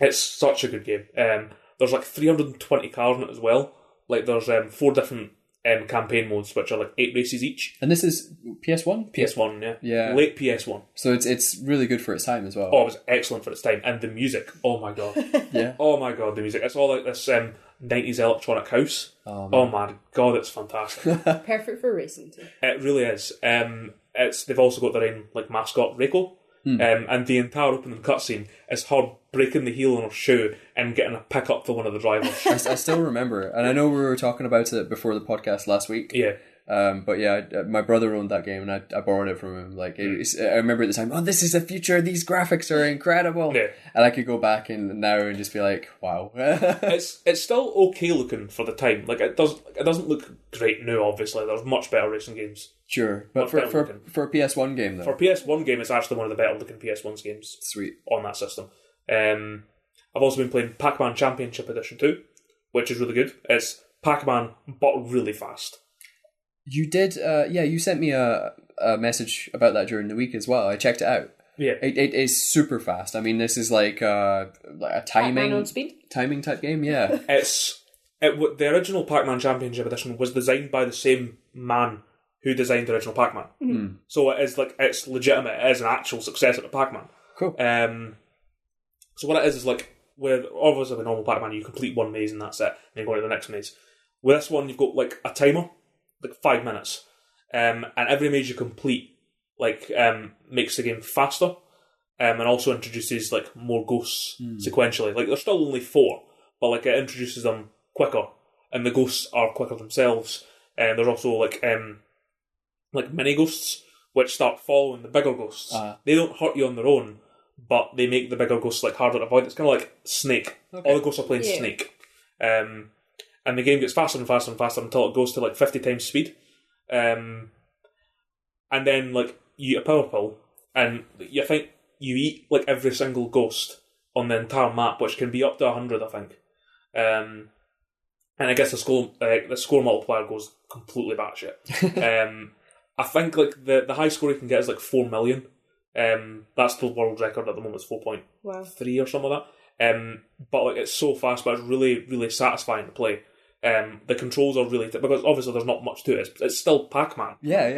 Speaker 3: it's such a good game. Um, there's like 320 cars in it as well. Like there's um, four different um, campaign modes, which are like eight races each.
Speaker 2: And this is PS One.
Speaker 3: PS1, yeah,
Speaker 2: Yeah.
Speaker 3: late PS1.
Speaker 2: So it's it's really good for its time as well.
Speaker 3: Oh, it was excellent for its time, and the music. Oh my god.
Speaker 2: Yeah.
Speaker 3: Oh my god, the music. It's all like this um, 90s electronic house. oh my god, it's fantastic.
Speaker 4: Perfect for racing too.
Speaker 3: it really is. Um, it's They've also got their own like mascot, Reiko. Um, and the entire opening cutscene is her breaking the heel on her shoe and getting a pick up for one of the drivers.
Speaker 2: I, s- I still remember it, and I know we were talking about it before the podcast last week.
Speaker 3: yeah.
Speaker 2: Um, but yeah, I, uh, my brother owned that game, and I, I borrowed it from him. Like,
Speaker 3: Hmm.
Speaker 2: it, it's- I remember at the time, oh, this is the future. These graphics are incredible.
Speaker 3: Yeah.
Speaker 2: And I could go back and now and just be like, wow.
Speaker 3: It's it's still okay looking for the time. Like it does it doesn't look great now, obviously. There's much better racing games.
Speaker 2: sure, but
Speaker 3: Much
Speaker 2: for
Speaker 3: better
Speaker 2: for,
Speaker 3: looking.
Speaker 2: for a PS One game though,
Speaker 3: For a PS1 game, it's actually one of the better looking PS1's games.
Speaker 2: sweet.
Speaker 3: on that system. Um, I've also been playing Pac-Man Championship Edition 2, which is really good. It's Pac-Man, but really fast.
Speaker 2: You did, uh, yeah. You sent me a a message about that during the week as well. I checked it out.
Speaker 3: Yeah.
Speaker 2: It, it is super fast. I mean, this is like uh, like a
Speaker 4: Pac-Man on
Speaker 2: timing
Speaker 4: speed.
Speaker 2: timing type game. Yeah.
Speaker 3: It's it, w- the original Pac-Man Championship Edition was designed by the same man who designed the original Pac-Man. So it is like it's legitimate. It is an actual successor to Pac-Man.
Speaker 2: Cool.
Speaker 3: Um, so what it is is like with obviously with normal Pac-Man, you complete one maze and that's it, and then go on to the next maze. With this one, you've got like a timer, like five minutes, um, and every maze you complete like um, makes the game faster, um, and also introduces like more ghosts sequentially. Like there's still only four, but like it introduces them quicker, and the ghosts are quicker themselves. And there's also like um, like mini ghosts which start following the bigger ghosts.
Speaker 2: Uh-huh.
Speaker 3: They don't hurt you on their own, but they make the bigger ghosts like harder to avoid. It's kind of like Snake.
Speaker 2: Okay.
Speaker 3: All the ghosts are playing
Speaker 4: Yeah.
Speaker 3: Snake, um, and the game gets faster and faster and faster until it goes to like fifty times speed, um, and then like you eat a power pill, and you think you eat like every single ghost on the entire map, which can be up to hundred, I think. Um, and I guess the score uh, the score multiplier goes completely batshit. um, I think like the the high score you can get is like four million. Um, that's the world record at the moment. It's four point
Speaker 4: Wow.
Speaker 3: three or something like that. Um, but like it's so fast, but it's really really satisfying to play. Um, the controls are really t- because obviously there's not much to it. It's, it's still Pac Man.
Speaker 2: Yeah,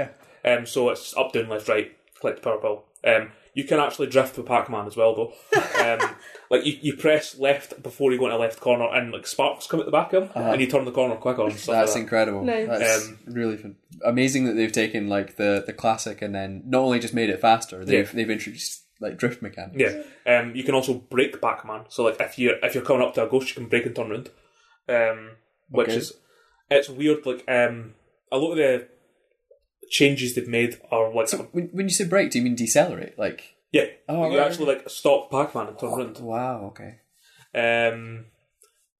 Speaker 2: yeah.
Speaker 3: Um, so it's up, down, left, right. Click the power pill. Um, you can actually drift with Pac-Man as well, though. Um, like you, you press left before you go into left corner, and like sparks come at the back of him, and you turn the corner quicker. And stuff
Speaker 2: That's
Speaker 3: like
Speaker 2: incredible.
Speaker 4: Nice.
Speaker 2: That's
Speaker 3: Um,
Speaker 2: really fun. amazing that they've taken like the, the classic and then not only just made it faster, they've
Speaker 3: Yeah.
Speaker 2: they've introduced like drift mechanics.
Speaker 3: that. Yeah. Um, you can also break Pac-Man. So like if you're if you're coming up to a ghost, you can break and turn round. Um, which
Speaker 2: Okay.
Speaker 3: is it's weird. Like um, a lot of the changes they've made are like
Speaker 2: So when, when you say brake, do you mean decelerate? Like
Speaker 3: yeah,
Speaker 2: Oh,
Speaker 3: you
Speaker 2: right.
Speaker 3: actually like stop Pac-Man and turn round.
Speaker 2: wow, okay.
Speaker 3: Um,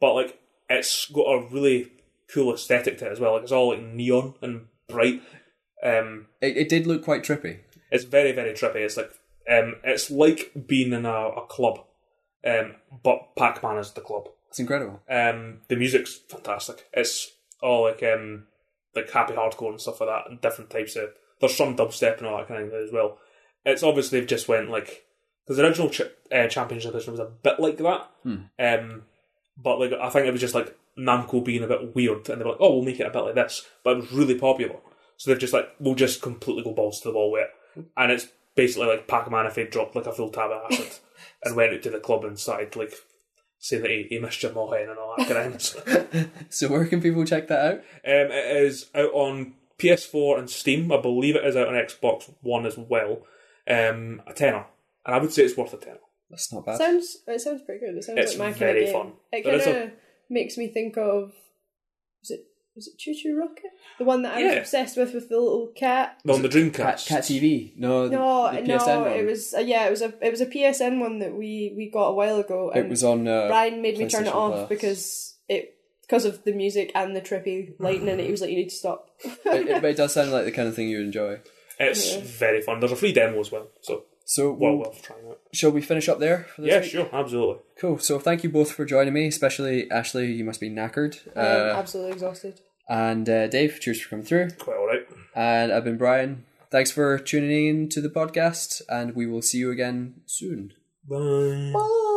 Speaker 3: but like it's got a really cool aesthetic to it as well. Like it's all like neon and bright. Um,
Speaker 2: It, it did look quite trippy.
Speaker 3: it's very very trippy. It's like um, it's like being in a, a club, um, but Pac Man is the club.
Speaker 2: It's incredible.
Speaker 3: Um, the music's fantastic. It's all like um, like happy hardcore and stuff like that, and different types of. There's some dubstep and all that kind of thing as well. It's obviously they've just went like because the original ch- uh, championship edition was a bit like that, um, but like I think it was just like Namco being a bit weird, and they were like, "Oh, we'll make it a bit like this," but it was really popular. So they've just like we'll just completely go balls to the wall with it, and it's basically like Pac-Man if they dropped like a full tab of acid and went out to the club and started like saying that he, he missed your Mulholland and all that kind of thing. um,
Speaker 2: So where can people check that out?
Speaker 3: it is out on PS4 and Steam. I believe it is out on Xbox One as well. Um, a tenner, and I would say it's worth a tenner.
Speaker 2: That's not bad.
Speaker 4: Sounds it sounds pretty good. It sounds
Speaker 3: It's
Speaker 4: like my
Speaker 3: very
Speaker 4: kind of
Speaker 3: fun.
Speaker 4: game. It
Speaker 3: There is
Speaker 4: kind of makes me think of was it was it Choo Choo Rocket? The one that I was
Speaker 3: Yeah.
Speaker 4: obsessed with with the little cat.
Speaker 3: On the Dreamcast,
Speaker 2: Cat, Cat TV. No,
Speaker 4: No,
Speaker 2: the, the
Speaker 4: no,
Speaker 2: PSN one.
Speaker 4: it was uh, yeah, it was a it was a PSN one that we we got a while ago. And
Speaker 2: It was on. Uh,
Speaker 4: Brian made me turn it
Speaker 2: PlayStation
Speaker 4: off
Speaker 2: Plus.
Speaker 4: because it because of the music and the trippy lighting in it. He was like, "You need to stop."
Speaker 2: it, it, but it does sound like the kind of thing you enjoy.
Speaker 3: it's very fun. There's a free demo as well, so
Speaker 2: So,
Speaker 3: well
Speaker 2: we'll-
Speaker 3: worth trying out.
Speaker 2: shall we finish up there? For this
Speaker 3: Yeah,
Speaker 2: week?
Speaker 3: sure, absolutely.
Speaker 2: Cool. So, thank you both for joining me, especially Ashley. You must be knackered.
Speaker 4: I am
Speaker 2: Uh,
Speaker 4: absolutely exhausted.
Speaker 2: and uh, Dave, cheers for coming through.
Speaker 3: Quite all right.
Speaker 2: And I've been Brian. Thanks for tuning in to the podcast, and we will see you again soon.
Speaker 3: Bye.
Speaker 4: Bye.